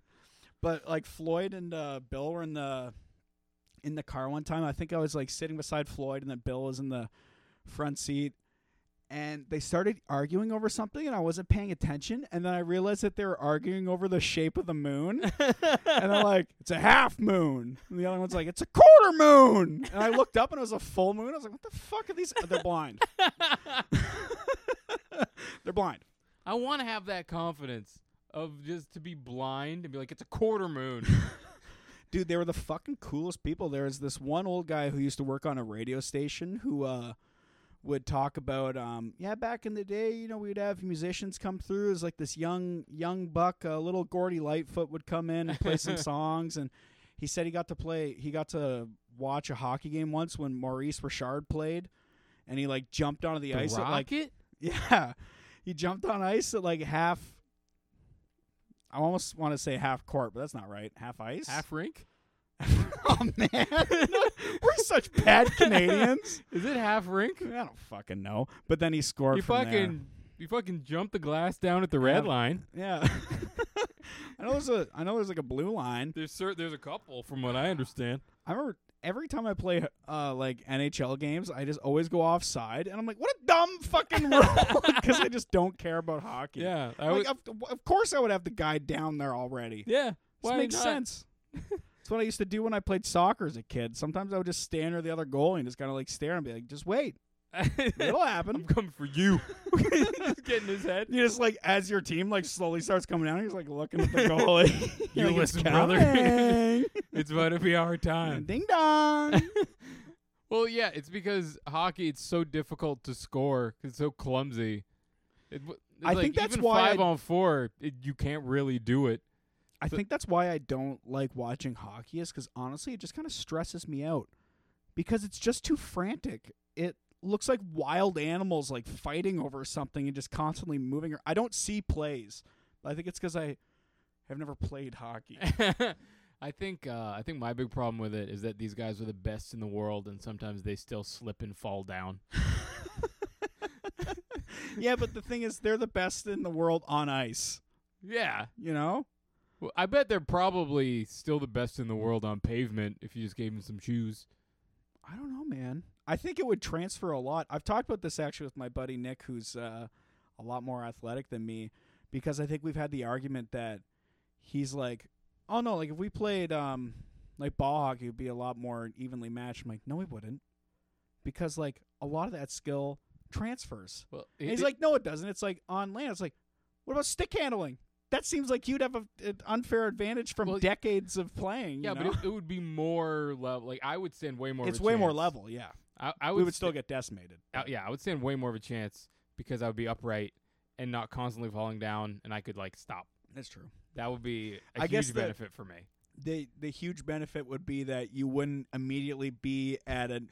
Speaker 2: But like Floyd and uh, Bill were in the in the car one time. I think I was like sitting beside Floyd, and then Bill was in the front seat. And they started arguing over something, and I wasn't paying attention. And then I realized that they were arguing over the shape of the moon. and they're like, "It's a half moon." And the other one's like, "It's a quarter moon." And I looked up, and it was a full moon. I was like, "What the fuck are these?" They're blind. [laughs] they're blind.
Speaker 3: I want to have that confidence of just to be blind and be like, it's a quarter
Speaker 2: [laughs]
Speaker 3: moon.
Speaker 2: dude they were the fucking coolest people there was this one old guy who used to work on a radio station who uh would talk about um yeah back in the day you know we'd have musicians come through it was like this young young buck uh, little gordy lightfoot would come in and play some songs and he said he got to play he got to watch a hockey game once when maurice richard played and he like jumped onto the,
Speaker 3: The
Speaker 2: ice at like [laughs]
Speaker 3: rocket?
Speaker 2: yeah. He jumped on ice at like half I almost want to say half court, but that's not right. Half ice?
Speaker 3: half rink?
Speaker 2: [laughs] oh
Speaker 3: [laughs]
Speaker 2: man. We're such bad Canadians.
Speaker 3: Is it half rink?
Speaker 2: [laughs] I don't fucking know. But then he scored
Speaker 3: You
Speaker 2: from
Speaker 3: fucking you fucking jump the glass down at the red
Speaker 2: Yeah.
Speaker 3: line.
Speaker 2: there. [laughs] Yeah. I know there's a I know there's like a blue line.
Speaker 3: There's cer- there's a couple from what I understand.
Speaker 2: I remember every time I play uh, like NHL games, I just always go offside and I'm like, what a dumb
Speaker 3: [laughs]
Speaker 2: fucking rule [laughs] because I just don't care about hockey.
Speaker 3: Yeah, I
Speaker 2: Like,
Speaker 3: would-
Speaker 2: of, of course I would have the guy down there already.
Speaker 3: yeah.
Speaker 2: This
Speaker 3: why
Speaker 2: makes
Speaker 3: not?
Speaker 2: sense. That's what I used to do when I played soccer as a kid. Sometimes I would just stand near the other goalie and just kind of like stare and be like, just wait.
Speaker 3: [laughs]
Speaker 2: It'll
Speaker 3: I'm
Speaker 2: happen.
Speaker 3: coming for [laughs] you. Just get in his head.
Speaker 2: You just like, as your team like slowly starts coming down, he's like looking [laughs] at the goalie.
Speaker 3: You
Speaker 2: Like, "It's
Speaker 3: listen,
Speaker 2: [laughs]
Speaker 3: brother."
Speaker 2: coming.
Speaker 3: It's about to be our time.
Speaker 2: Ding dong.
Speaker 3: Well, yeah, it's because hockey it's so difficult to score 'cause it's so clumsy. It, w- it's
Speaker 2: I
Speaker 3: like,
Speaker 2: think that's
Speaker 3: even
Speaker 2: why
Speaker 3: five
Speaker 2: I-
Speaker 3: on four, it, you can't really do [laughs] it.
Speaker 2: [laughs] I
Speaker 3: So-
Speaker 2: think that's why I don't like watching hockey is because honestly, it just kind of stresses me out because it's just too frantic. It looks like wild animals like fighting over something and just constantly moving. ar- I don't see plays. I think it's because I have never played [laughs] hockey.
Speaker 3: I think uh, I think my big problem with it is that these guys are the best in the world, and sometimes they still slip and fall down.
Speaker 2: yeah, but the thing is, they're the best in the world on ice.
Speaker 3: Yeah,
Speaker 2: You know?
Speaker 3: well, I bet they're probably still the best in the world on pavement if you just gave them some shoes.
Speaker 2: I don't know, man. I think it would transfer a lot. I've talked about this actually with my buddy Nick, who's uh, a lot more athletic than me, because I think we've had the argument that he's like, oh no, like if we played um, like ball hockey, it'd be a lot more evenly matched. I'm like, no, we wouldn't, because like a lot of that skill transfers.
Speaker 3: Well,
Speaker 2: And he's like, no, it doesn't. It's like on land. It's like, what about stick handling? That seems like you'd have a, an unfair advantage from
Speaker 3: Well,
Speaker 2: decades of playing.
Speaker 3: yeah,
Speaker 2: you know?
Speaker 3: but it, it would be more level. Like I would stand way more.
Speaker 2: it's
Speaker 3: of a
Speaker 2: way more
Speaker 3: chance.
Speaker 2: level. Yeah,
Speaker 3: I, I would
Speaker 2: we would
Speaker 3: sta-
Speaker 2: still get decimated.
Speaker 3: Uh, yeah, I would stand way more of a chance because I would be upright and not constantly falling down, and I could like stop.
Speaker 2: That's true.
Speaker 3: That would be a
Speaker 2: I
Speaker 3: huge
Speaker 2: guess that-
Speaker 3: benefit for me.
Speaker 2: the the huge benefit would be that you wouldn't immediately be at a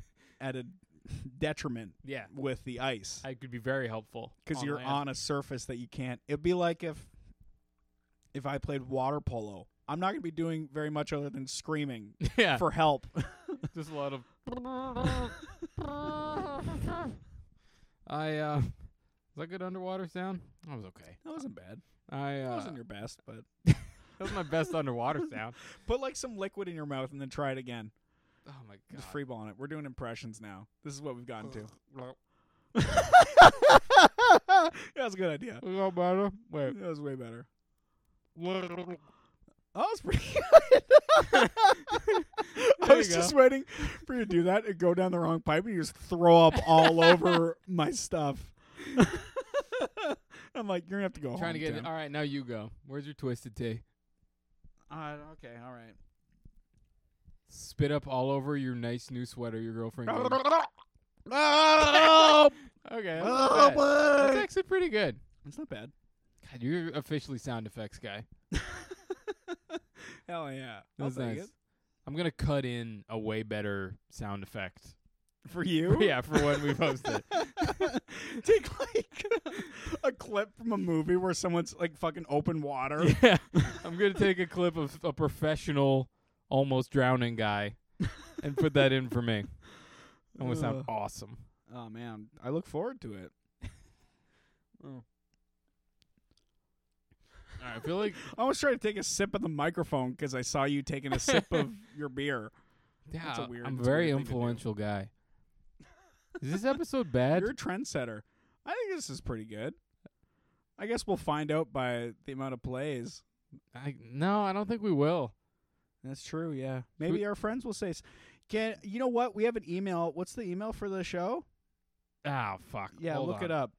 Speaker 2: at a detriment
Speaker 3: Yeah,
Speaker 2: with the ice
Speaker 3: I could be very helpful
Speaker 2: because you're
Speaker 3: land.
Speaker 2: on a surface that you can't. It'd be like if if I played water polo. I'm not going to be doing very much other than screaming
Speaker 3: [laughs] yeah,
Speaker 2: for help.
Speaker 3: [laughs] just a lot of. [laughs] I uh, that good underwater sound? That was okay.
Speaker 2: That wasn't bad.
Speaker 3: I
Speaker 2: That
Speaker 3: uh,
Speaker 2: wasn't your best, but
Speaker 3: that was my best underwater sound.
Speaker 2: put like some liquid in your mouth and then try it again.
Speaker 3: [laughs] Oh my god.
Speaker 2: Just freeballing it. We're doing impressions now. This is what we've gotten to. [laughs] that was a good idea.
Speaker 3: Is that better? Wait.
Speaker 2: That was way better.
Speaker 3: That's
Speaker 2: That was pretty [laughs] good. I
Speaker 3: There
Speaker 2: was
Speaker 3: you
Speaker 2: just waiting for you to do that and go down the wrong pipe and you just throw up all over [laughs] my stuff. I'm like, you're gonna have to go home.
Speaker 3: Trying to get it.
Speaker 2: Tim.
Speaker 3: All right, now you go. Where's your twisted tea?
Speaker 2: Uh, okay, all right.
Speaker 3: Spit up all over your nice new sweater your girlfriend gave
Speaker 2: [laughs]
Speaker 3: you.
Speaker 2: [laughs] Oh,
Speaker 3: Okay. That's, not bad. That's
Speaker 2: boy.
Speaker 3: actually pretty good.
Speaker 2: It's not bad.
Speaker 3: God, you're officially sound effects guy.
Speaker 2: Hell yeah.
Speaker 3: That was nice. I'm gonna cut in a way better sound effect. [laughs]
Speaker 2: For you?
Speaker 3: yeah, for when we post it.
Speaker 2: [laughs] Take like a clip from a movie where someone's like fucking open water.
Speaker 3: [laughs] Yeah. I'm gonna take a clip of a professional almost drowning guy and put that in for me. I'm gonna sound
Speaker 2: Ugh.
Speaker 3: awesome.
Speaker 2: Oh man, I look forward to it.
Speaker 3: All right, I feel like
Speaker 2: I was trying to take a sip of the microphone because I saw you taking a sip [laughs] of your beer.
Speaker 3: yeah,
Speaker 2: [laughs] That's a weird-
Speaker 3: I'm a
Speaker 2: that's a
Speaker 3: very
Speaker 2: weird thing to do. [laughs]
Speaker 3: influential guy. Is this episode bad?
Speaker 2: You're a trendsetter. I think this is pretty good. I guess we'll find out by the amount of plays.
Speaker 3: I, no, I don't think we will.
Speaker 2: That's true. Yeah, maybe
Speaker 3: we-
Speaker 2: our friends will say, s- "Can you know what? We have an email. What's the email for the show?
Speaker 3: Ah, fuck.
Speaker 2: Yeah,
Speaker 3: Hold
Speaker 2: look
Speaker 3: on.
Speaker 2: it up."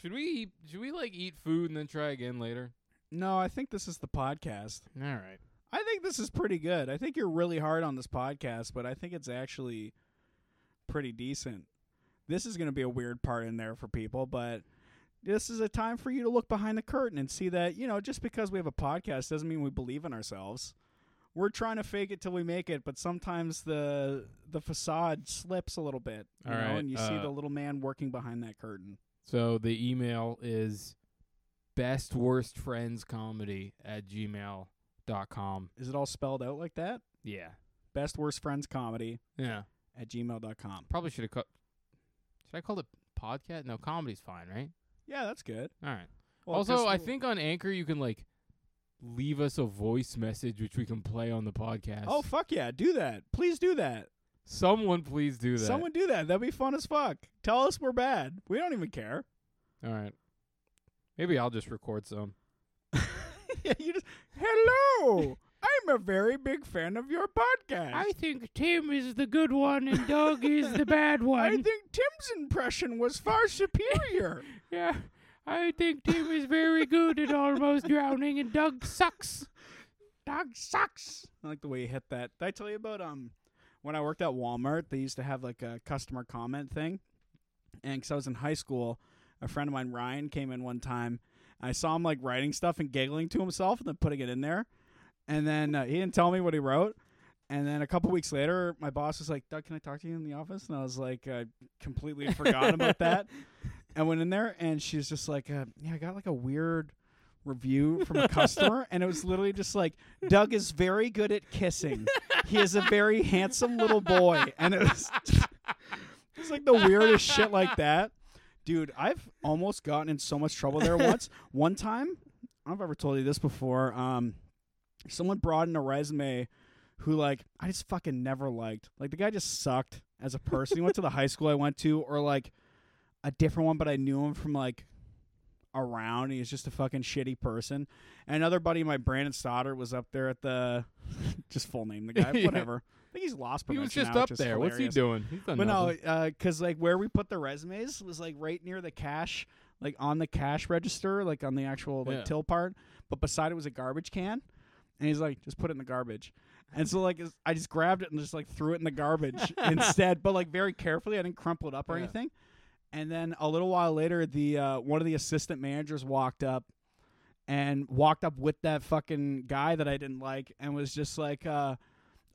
Speaker 3: Should we eat, should we like eat food and then try again later?
Speaker 2: No, I think this is the podcast.
Speaker 3: All right.
Speaker 2: I think this is pretty good. I think you're really hard on this podcast, but I think it's actually pretty decent. This is going to be a weird part in there for people, but this is a time for you to look behind the curtain and see that, you know, just because we have a podcast doesn't mean we believe in ourselves. We're trying to fake it till we make it, but sometimes the the facade slips a little bit, you
Speaker 3: All
Speaker 2: know,
Speaker 3: right,
Speaker 2: and you see
Speaker 3: uh,
Speaker 2: the little man working behind that curtain.
Speaker 3: So the email is best worst friends comedy at gmail dot com.
Speaker 2: Is it all spelled out like that?
Speaker 3: Yeah.
Speaker 2: Best worst friends comedy
Speaker 3: Yeah.
Speaker 2: at gmail.com.
Speaker 3: Probably should have called. Should I call it podcast? No, comedy's fine, right?
Speaker 2: Yeah, that's good.
Speaker 3: All right.
Speaker 2: Well,
Speaker 3: also,
Speaker 2: just-
Speaker 3: I think on Anchor you can like leave us a voice message which we can play on the podcast.
Speaker 2: Oh fuck yeah, do that. Please do that.
Speaker 3: someone please do that.
Speaker 2: Someone do that. That'd be fun as fuck. Tell us we're bad. We don't even care.
Speaker 3: All right. Maybe I'll just record some.
Speaker 2: [laughs] yeah, you just Hello. I'm a very big fan of your podcast.
Speaker 3: think Tim is the good one and Doug
Speaker 2: [laughs]
Speaker 3: is the bad
Speaker 2: I think Tim's impression was far superior.
Speaker 3: Yeah. I think Tim is very good at almost drowning and Doug sucks.
Speaker 2: Dog sucks. I like the way you hit that. Did I tell you about um when I worked at Walmart, they used to have like a customer comment thing. And 'cause I was in high school, a friend of mine, Ryan, came in one time. I saw him like writing stuff and giggling to himself and then putting it in there. And then uh, he didn't tell me what he wrote. And then a couple weeks later, my boss was like, Doug, can I talk to you in the office? And I was like, I completely forgot about [laughs] that. I went in there and she was just like, uh, yeah, I got like a weird review from a customer. and it was literally just like, Doug is very good at kissing. He is a very handsome little boy. And it was, it was like the weirdest shit like that. Dude, I've almost gotten in so much trouble
Speaker 3: [laughs]
Speaker 2: there once. One time, I don't know if I've ever told you this before. Um, someone brought in a resume who like I just fucking never liked. Like the guy just sucked as a person. he went to the high school I went to, or like a different one, but I knew him from like around. He was just a fucking shitty person. And another buddy of mine, Brandon Stoddard, was up there at the [laughs] just full name the guy,
Speaker 3: [laughs] Yeah.
Speaker 2: whatever. I think he's lost.
Speaker 3: He was
Speaker 2: prevention
Speaker 3: just
Speaker 2: now,
Speaker 3: up
Speaker 2: which is
Speaker 3: there. What's he
Speaker 2: hilarious.
Speaker 3: doing? He's done
Speaker 2: But
Speaker 3: nothing.
Speaker 2: no, because like where we put the resumes was like right near the cash, like on the cash register, like on the actual like
Speaker 3: Yeah.
Speaker 2: till part. But beside it was a garbage can, and he's like, just put it in the garbage. And so like I just grabbed it and just like threw it in the
Speaker 3: [laughs]
Speaker 2: garbage instead, but like very carefully. I didn't crumple it up or
Speaker 3: Yeah.
Speaker 2: anything. And then a little while later, the uh, one of the assistant managers walked up and walked up with that fucking guy that I didn't like and was just like, uh,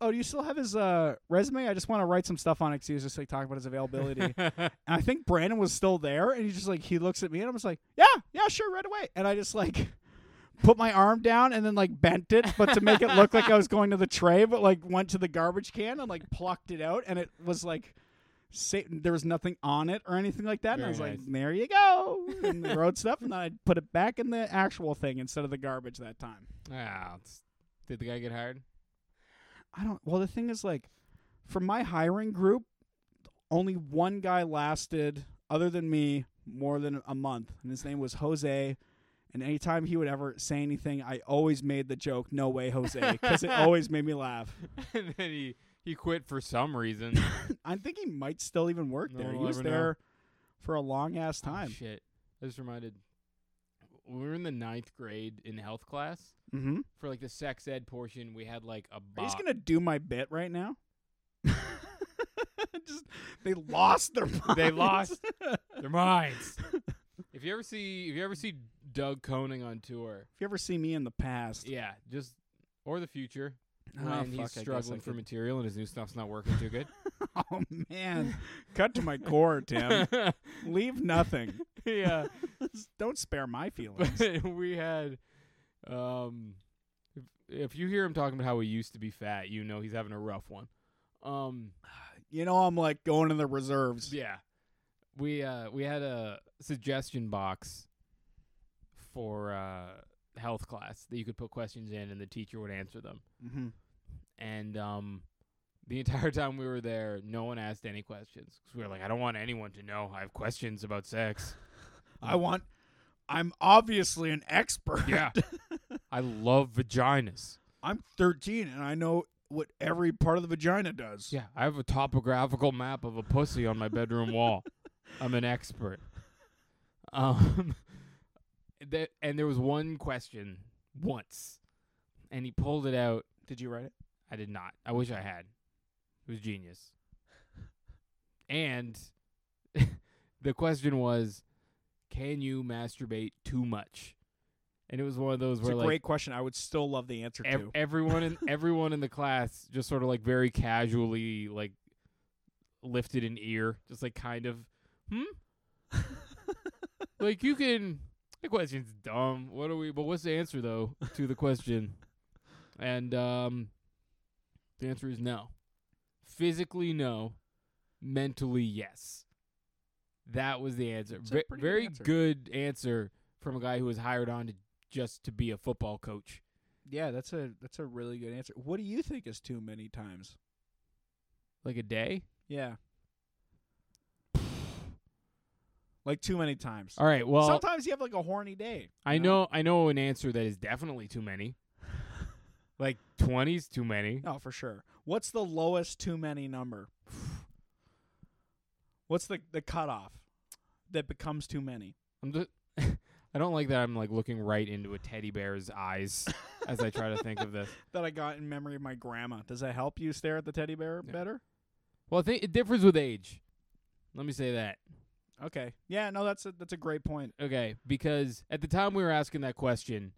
Speaker 2: "Oh, do you still have his uh, resume? I just want to write some stuff on it." 'cause he was just like talking about his
Speaker 3: [laughs]
Speaker 2: availability. and I think Brandon was still there, and he just like he looks at me, and I'm just like, "Yeah, yeah, sure, right away." And I just like [laughs] put my arm down and then like bent it, but to make it look like I was going to the tray, but like went to the garbage can and like plucked it out, and it was like sa- there was nothing on it or anything like that. and I
Speaker 3: Very
Speaker 2: was
Speaker 3: nice.
Speaker 2: like, there you go. And I wrote stuff, and then I put it back in the actual thing instead of the garbage that time.
Speaker 3: Ah, it's- did the guy get hired?
Speaker 2: I don't. Well, the thing is, like, for my hiring group, only one guy lasted, other than me, more than a month, and his name was Jose. And anytime he would ever say anything, I always made the joke, "No way, Jose," because it always made me
Speaker 3: [laughs]
Speaker 2: laugh.
Speaker 3: and then he he quit for some reason.
Speaker 2: I think he might still even work
Speaker 3: No
Speaker 2: there.
Speaker 3: one
Speaker 2: He
Speaker 3: will
Speaker 2: was
Speaker 3: ever know.
Speaker 2: there for a long ass [coughs]
Speaker 3: Oh,
Speaker 2: time.
Speaker 3: shit. I was reminded. We were in the ninth grade in health class.
Speaker 2: mm-hmm.
Speaker 3: For like the sex ed portion, we had like a
Speaker 2: Are you
Speaker 3: box.
Speaker 2: just gonna do my bit right now? [laughs] just they lost their [laughs] minds.
Speaker 3: They lost
Speaker 2: [laughs]
Speaker 3: their minds. if you ever see, if you ever see Doug Koning on tour,
Speaker 2: If you ever see me in the past,
Speaker 3: yeah, just or the future
Speaker 2: Oh,
Speaker 3: when
Speaker 2: fuck, I
Speaker 3: he's
Speaker 2: guess I
Speaker 3: struggling for
Speaker 2: could-
Speaker 3: material and his new stuff's not working too good.
Speaker 2: Oh man, cut to my core,
Speaker 3: [laughs]
Speaker 2: Tim. Leave nothing.
Speaker 3: yeah,
Speaker 2: Don't spare my [laughs] feelings.
Speaker 3: but [laughs] we had, um, if, if you hear him talking about how he used to be fat, you know he's having a rough one. Um.
Speaker 2: You know I'm like going to the reserves.
Speaker 3: Yeah. We uh we had a suggestion box for uh health class that you could put questions in and the teacher would answer them.
Speaker 2: Mm-hmm.
Speaker 3: And um the entire [laughs] time we were there, no one asked any questions 'cause we were like, I don't want anyone to know I have questions about sex.
Speaker 2: I want. I'm obviously an expert.
Speaker 3: yeah. I love vaginas.
Speaker 2: I'm 13 and I know what every part of the vagina does.
Speaker 3: Yeah, I have a topographical map of a pussy on my bedroom
Speaker 2: [laughs]
Speaker 3: wall. I'm an expert. Um, [laughs] that and there was one question once, and he pulled it out.
Speaker 2: Did you write it?
Speaker 3: I did not. I wish I had. It was genius. And [laughs] the question was, can you masturbate too much? And it was one of those
Speaker 2: It's
Speaker 3: where
Speaker 2: a
Speaker 3: like
Speaker 2: great question. I would still love the answer to.
Speaker 3: ev-
Speaker 2: [laughs]
Speaker 3: everyone in everyone in the class just sort of like very casually like lifted an ear, just like kind of,
Speaker 2: [laughs]
Speaker 3: hmm. like you can. The question's dumb. What are we? But what's the answer though to the question? And um, the answer is no. Physically, no. Mentally, yes. That was the answer.
Speaker 2: That's a
Speaker 3: Ve-
Speaker 2: pretty good
Speaker 3: very
Speaker 2: answer.
Speaker 3: good answer from a guy who was hired on to just to be a football coach.
Speaker 2: yeah, that's a that's a really good answer. What do you think is too many times?
Speaker 3: Like a day?
Speaker 2: [sighs] Yeah. Like too many times.
Speaker 3: All right. Well,
Speaker 2: Sometimes you have like a horny day.
Speaker 3: I
Speaker 2: you
Speaker 3: know I know an answer that is definitely
Speaker 2: [laughs]
Speaker 3: too many. Like 20's too many.
Speaker 2: No, for sure. What's the lowest too many number? [sighs] What's the the cutoff that becomes too many?
Speaker 3: I'm just, [laughs] I don't like that I'm like looking right into a teddy bear's eyes as I try to think of
Speaker 2: [laughs]
Speaker 3: this.
Speaker 2: That I got in memory of my grandma. Does that help you stare at the teddy bear
Speaker 3: Yeah.
Speaker 2: better?
Speaker 3: Well, I think it differs with age. Let me say that.
Speaker 2: Okay. Yeah. No, that's a that's a great point.
Speaker 3: Okay, because at the time we were asking that question,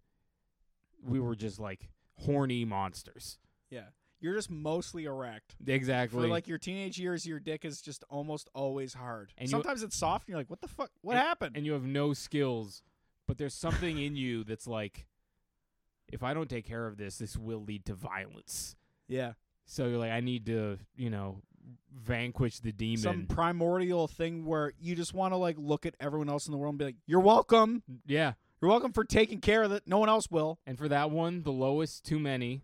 Speaker 3: we were just like horny monsters.
Speaker 2: Yeah. You're just mostly erect.
Speaker 3: Exactly.
Speaker 2: For like your teenage years, your dick is just almost always hard.
Speaker 3: And you-
Speaker 2: Sometimes it's soft, and you're like, "What the fuck? What happened?"
Speaker 3: and you have no skills, but there's something in you that's like, if I don't take care of this, this will lead to violence.
Speaker 2: yeah.
Speaker 3: So you're like, I need to, you know, vanquish the demon.
Speaker 2: Some primordial thing where you just want to like look at everyone else in the world and be like, "You're welcome.
Speaker 3: yeah.
Speaker 2: You're welcome for taking care of it. No one else will."
Speaker 3: And for that one, the lowest
Speaker 2: [laughs]
Speaker 3: too many.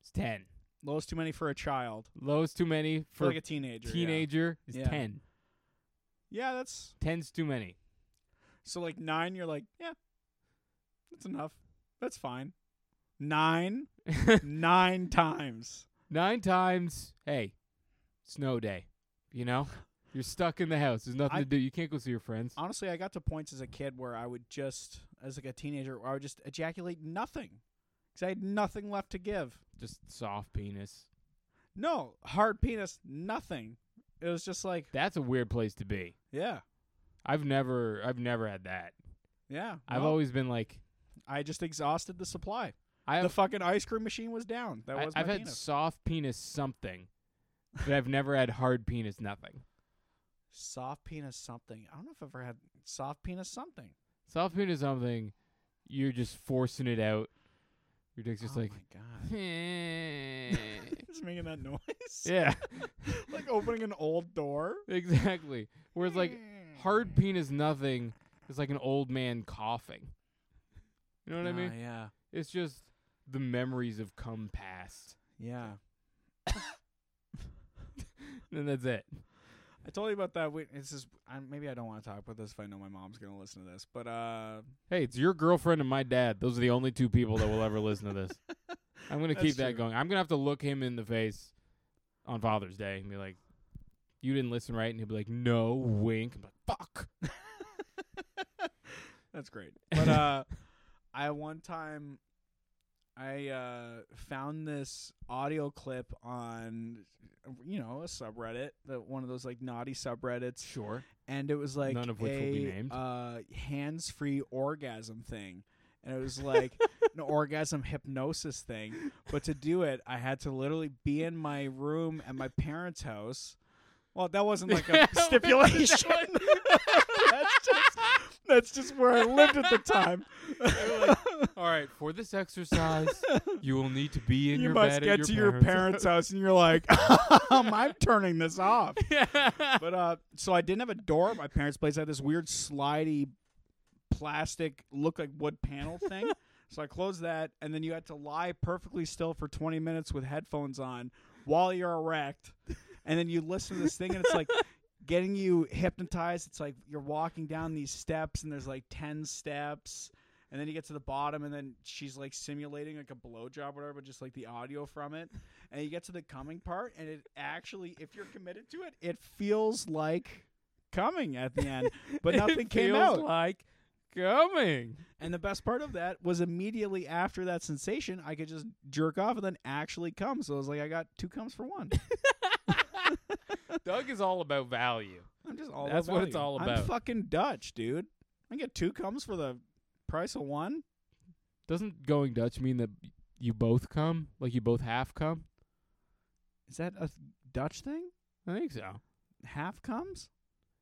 Speaker 3: it's 10.
Speaker 2: Lowest too many for a child.
Speaker 3: Lowest too many
Speaker 2: for
Speaker 3: for
Speaker 2: like a
Speaker 3: a
Speaker 2: teenager. yeah.
Speaker 3: teenager is
Speaker 2: Yeah.
Speaker 3: 10.
Speaker 2: Yeah. that's
Speaker 3: 10's too many.
Speaker 2: so like nine. You're like, yeah, that's enough. That's fine.
Speaker 3: [laughs]
Speaker 2: Nine, nine times.
Speaker 3: Nine times, hey, snow day.
Speaker 2: [laughs]
Speaker 3: You know? You're stuck in the house. There's nothing
Speaker 2: I-
Speaker 3: to do. You can't go see your friends.
Speaker 2: Honestly, I got to points as a kid where I would just, as like a teenager, where I would just ejaculate nothing because I had nothing left to give.
Speaker 3: Just soft penis.
Speaker 2: No hard penis, nothing. It was just like,
Speaker 3: That's a weird place to be.
Speaker 2: yeah,
Speaker 3: I've never I've never had that.
Speaker 2: yeah.
Speaker 3: I've
Speaker 2: no,
Speaker 3: always been like
Speaker 2: I just exhausted the supply.
Speaker 3: I
Speaker 2: the fucking ice cream machine was down. That
Speaker 3: I,
Speaker 2: was
Speaker 3: I've
Speaker 2: my
Speaker 3: had
Speaker 2: penis.
Speaker 3: soft penis something, but I've never had hard penis nothing.
Speaker 2: Soft penis something. I don't know if I've ever had soft penis something.
Speaker 3: Soft penis something, you're just forcing it out. Your dick's
Speaker 2: [laughs]
Speaker 3: just
Speaker 2: oh
Speaker 3: like
Speaker 2: my god.
Speaker 3: [laughs] "Eh."
Speaker 2: It's
Speaker 1: just making that
Speaker 2: [laughs]
Speaker 1: noise.
Speaker 3: Yeah, [laughs]
Speaker 1: like opening an old door.
Speaker 3: exactly. Whereas like
Speaker 2: Mm.
Speaker 3: hard penis nothing is like an old man coughing. You know what I mean?
Speaker 2: Yeah.
Speaker 3: It's just the memories of come past,
Speaker 2: Yeah.
Speaker 3: and that's it.
Speaker 2: I told you about that. Wait, this is I, maybe I don't want to talk about this if I know my mom's gonna listen to this, but uh,
Speaker 3: Hey, it's your girlfriend and my dad. Those are the only two people that will ever listen to this.
Speaker 2: [laughs]
Speaker 3: I'm gonna
Speaker 2: That's
Speaker 3: keep that
Speaker 2: true.
Speaker 3: going. I'm gonna have to look him in the face on Father's Day and be like, "You didn't listen right," and he'll be like, "No, wink." I'm
Speaker 2: [laughs]
Speaker 3: like, "Fuck."
Speaker 2: that's
Speaker 3: [laughs]
Speaker 2: great. But uh, I one time I uh found this audio clip on you know a subreddit, the, one of those like naughty subreddits,
Speaker 3: Sure.
Speaker 2: and it was like
Speaker 3: None of which
Speaker 2: a,
Speaker 3: will be named.
Speaker 2: Uh, hands-free orgasm thing, and it was like an orgasm hypnosis thing. But to do it, I had to literally be in my room at my parents' house. Well, [laughs] that wasn't like a stipulation. [laughs] that's just that's just where I lived at the [laughs] time.
Speaker 3: All right. For this exercise, you will need to be in
Speaker 2: you
Speaker 3: your
Speaker 2: must
Speaker 3: bed
Speaker 2: get
Speaker 3: at
Speaker 2: to
Speaker 3: your
Speaker 2: your parents' house, and you're like, um, "I'm turning this off."
Speaker 3: [laughs] yeah.
Speaker 2: But uh, so I didn't have a door at my parents' place. I had this weird slidey plastic, look like wood panel thing. so I closed that, and then you had to lie perfectly still for 20 minutes with headphones on while you're erect, and then you listen to this thing, and it's like. Getting you hypnotized, it's like you're walking down these steps, and there's like 10 steps, and then you get to the bottom, and then she's like simulating like a blowjob, or whatever, but just like the audio from it and you get to the coming part and it actually if you're committed to it it feels like coming at the end
Speaker 3: [laughs]
Speaker 2: but nothing came out
Speaker 3: Like
Speaker 2: [laughs]
Speaker 3: coming.
Speaker 2: and the best part of that was immediately after that sensation i could just jerk off and then actually come so it was like i got two comes for one [laughs]
Speaker 3: Doug is all about value.
Speaker 2: i'm just all
Speaker 3: That's
Speaker 2: about
Speaker 3: what it's
Speaker 2: you.
Speaker 3: all
Speaker 2: i'm
Speaker 3: about.
Speaker 2: fucking dutch dude i get two comes for the price of one
Speaker 3: Doesn't going Dutch mean that you both come? Like you both half come?
Speaker 2: is that a dutch thing
Speaker 3: I think so.
Speaker 2: half comes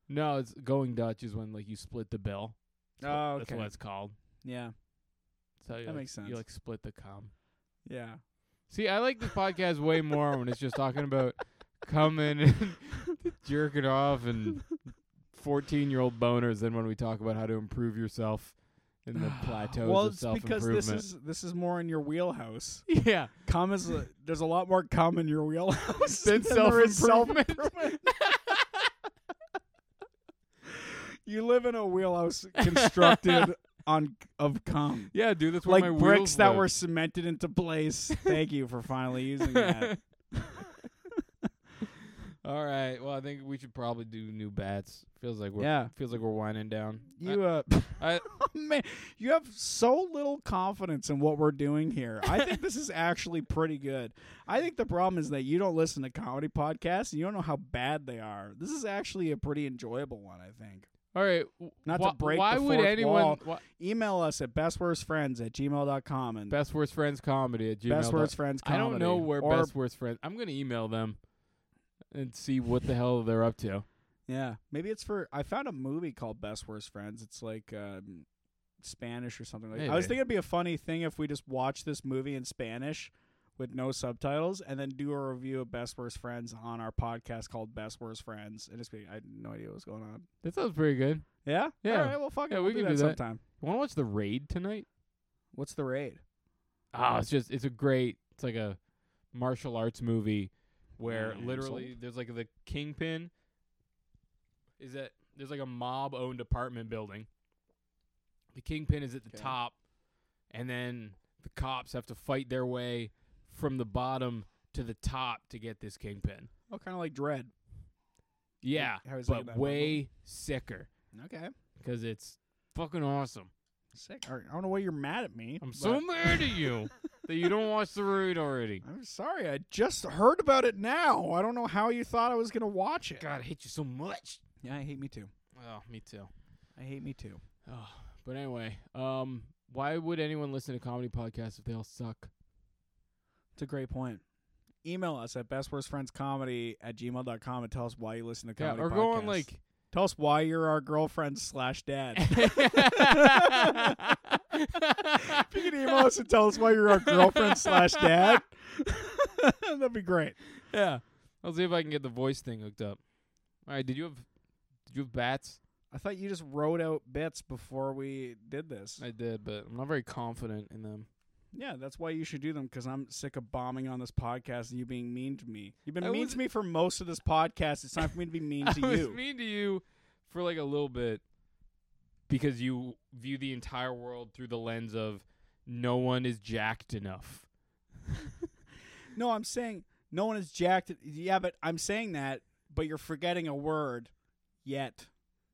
Speaker 3: No, it's going Dutch is when like you split the bill. That's what-
Speaker 2: Oh,
Speaker 3: That's
Speaker 2: okay.
Speaker 3: what it's called.
Speaker 2: yeah
Speaker 3: So you
Speaker 2: That
Speaker 3: like,
Speaker 2: makes sense.
Speaker 3: You like split the cum.
Speaker 2: yeah
Speaker 3: See, I like this podcast way more when it's just talking about coming and [laughs] jerking off and fourteen-year-old boners than when we talk about how to improve yourself
Speaker 2: [sighs]
Speaker 3: in the plateaus
Speaker 2: well
Speaker 3: of
Speaker 2: it's because
Speaker 3: self-improvement.
Speaker 2: this is this is more in your wheelhouse
Speaker 3: [laughs]
Speaker 2: [laughs]
Speaker 3: yeah,
Speaker 2: Cum is a, there's a lot more cum in your wheelhouse
Speaker 3: then
Speaker 2: there is
Speaker 3: self-improvement.
Speaker 2: self-improvement. you live in a wheelhouse
Speaker 3: [laughs]
Speaker 2: constructed on of cum,
Speaker 3: [laughs] yeah, dude, that's where
Speaker 2: like
Speaker 3: my
Speaker 2: bricks
Speaker 3: wheels
Speaker 2: that
Speaker 3: live.
Speaker 2: were cemented into place. Thank you for finally using that.
Speaker 3: All right. Well, I think we should probably do new bats. Feels like [laughs] we're [laughs]
Speaker 2: yeah,
Speaker 3: feels like we're winding down.
Speaker 2: you uh, [laughs]
Speaker 3: I, I,
Speaker 2: man, you have so little confidence in what we're doing here. I think this is actually pretty good. I think the problem is that you don't listen to comedy podcasts and you don't know how bad they are. This is actually a pretty enjoyable one, I think.
Speaker 3: all right. w-
Speaker 2: Not to
Speaker 3: why,
Speaker 2: break
Speaker 3: Why
Speaker 2: the
Speaker 3: would
Speaker 2: fourth
Speaker 3: anyone?
Speaker 2: wall.
Speaker 3: why-
Speaker 2: Email us at bestworstfriends at gmail.com and
Speaker 3: best worst friends comedy at gmail.
Speaker 2: best worst friends
Speaker 3: I
Speaker 2: comedy.
Speaker 3: don't know where
Speaker 2: or,
Speaker 3: best worst friends. I'm gonna email them and see what the hell they're up to.
Speaker 2: Yeah, maybe it's for. I found a movie called Best Worst Friends. It's like um, Spanish or something like. that. I was
Speaker 3: Maybe.
Speaker 2: thinking it'd be a funny thing if we just watched this movie in Spanish with no subtitles and then do a review of Best Worst Friends on our podcast called Best Worst Friends. And just be, I had no idea what was going on.
Speaker 3: That sounds pretty good.
Speaker 2: Yeah,
Speaker 3: Yeah.
Speaker 2: All right, well, fuck it,
Speaker 3: Yeah, we
Speaker 2: we'll
Speaker 3: can
Speaker 2: do
Speaker 3: do that.
Speaker 2: sometime.
Speaker 3: You want to watch the raid tonight?
Speaker 2: What's the rate?
Speaker 3: Oh, it's just it's a great. It's like a martial arts movie where
Speaker 2: Yeah,
Speaker 3: literally there's like the kingpin. Is that there's like a mob owned apartment building. The kingpin is at the
Speaker 2: Okay.
Speaker 3: top, and then the cops have to fight their way from the bottom to the top to get this kingpin.
Speaker 2: Oh, kind of like Dread.
Speaker 3: Yeah,
Speaker 2: I was thinking
Speaker 3: but
Speaker 2: that about
Speaker 3: way sicker
Speaker 2: Okay,
Speaker 3: because it's fucking awesome.
Speaker 2: sick. All right, I don't know why you're mad at me.
Speaker 3: I'm
Speaker 2: but-
Speaker 3: so mad at you that you don't watch the raid already.
Speaker 2: I'm sorry. I just heard about it now. I don't know how you thought I was gonna watch it.
Speaker 3: God, I hate you so much.
Speaker 2: Yeah, I hate me too.
Speaker 3: Oh, me too.
Speaker 2: I hate me too.
Speaker 3: Oh, but anyway, um, why would anyone listen to comedy podcasts if they all suck?
Speaker 2: It's a great point. Email us at bestworstfriendscomedy at gmail.com and tell us why you listen to comedy
Speaker 3: yeah, or go on
Speaker 2: podcasts.
Speaker 3: [laughs] like.
Speaker 2: Tell us why you're our girlfriend slash
Speaker 3: [laughs]
Speaker 2: dad. [laughs] if you can email us and tell us why you're our girlfriend slash dad, That'd be great.
Speaker 3: [laughs] yeah. I'll see if I can get the voice thing hooked up. All right. Did you have Did you have bats?
Speaker 2: I thought you just wrote out bits before we did this.
Speaker 3: I did, but I'm not very confident in them.
Speaker 2: Yeah, that's why you should do them because I'm sick of bombing on this podcast and you being mean to me. You've been
Speaker 3: I
Speaker 2: mean
Speaker 3: was-
Speaker 2: to me for most of this podcast. It's time for me to be mean to
Speaker 3: [laughs] I was
Speaker 2: you.
Speaker 3: mean to you for like a little bit because you view the entire world through the lens of no one is jacked enough.
Speaker 2: No, I'm saying no one is jacked. Yeah, but I'm saying that, but you're forgetting a word. Yet,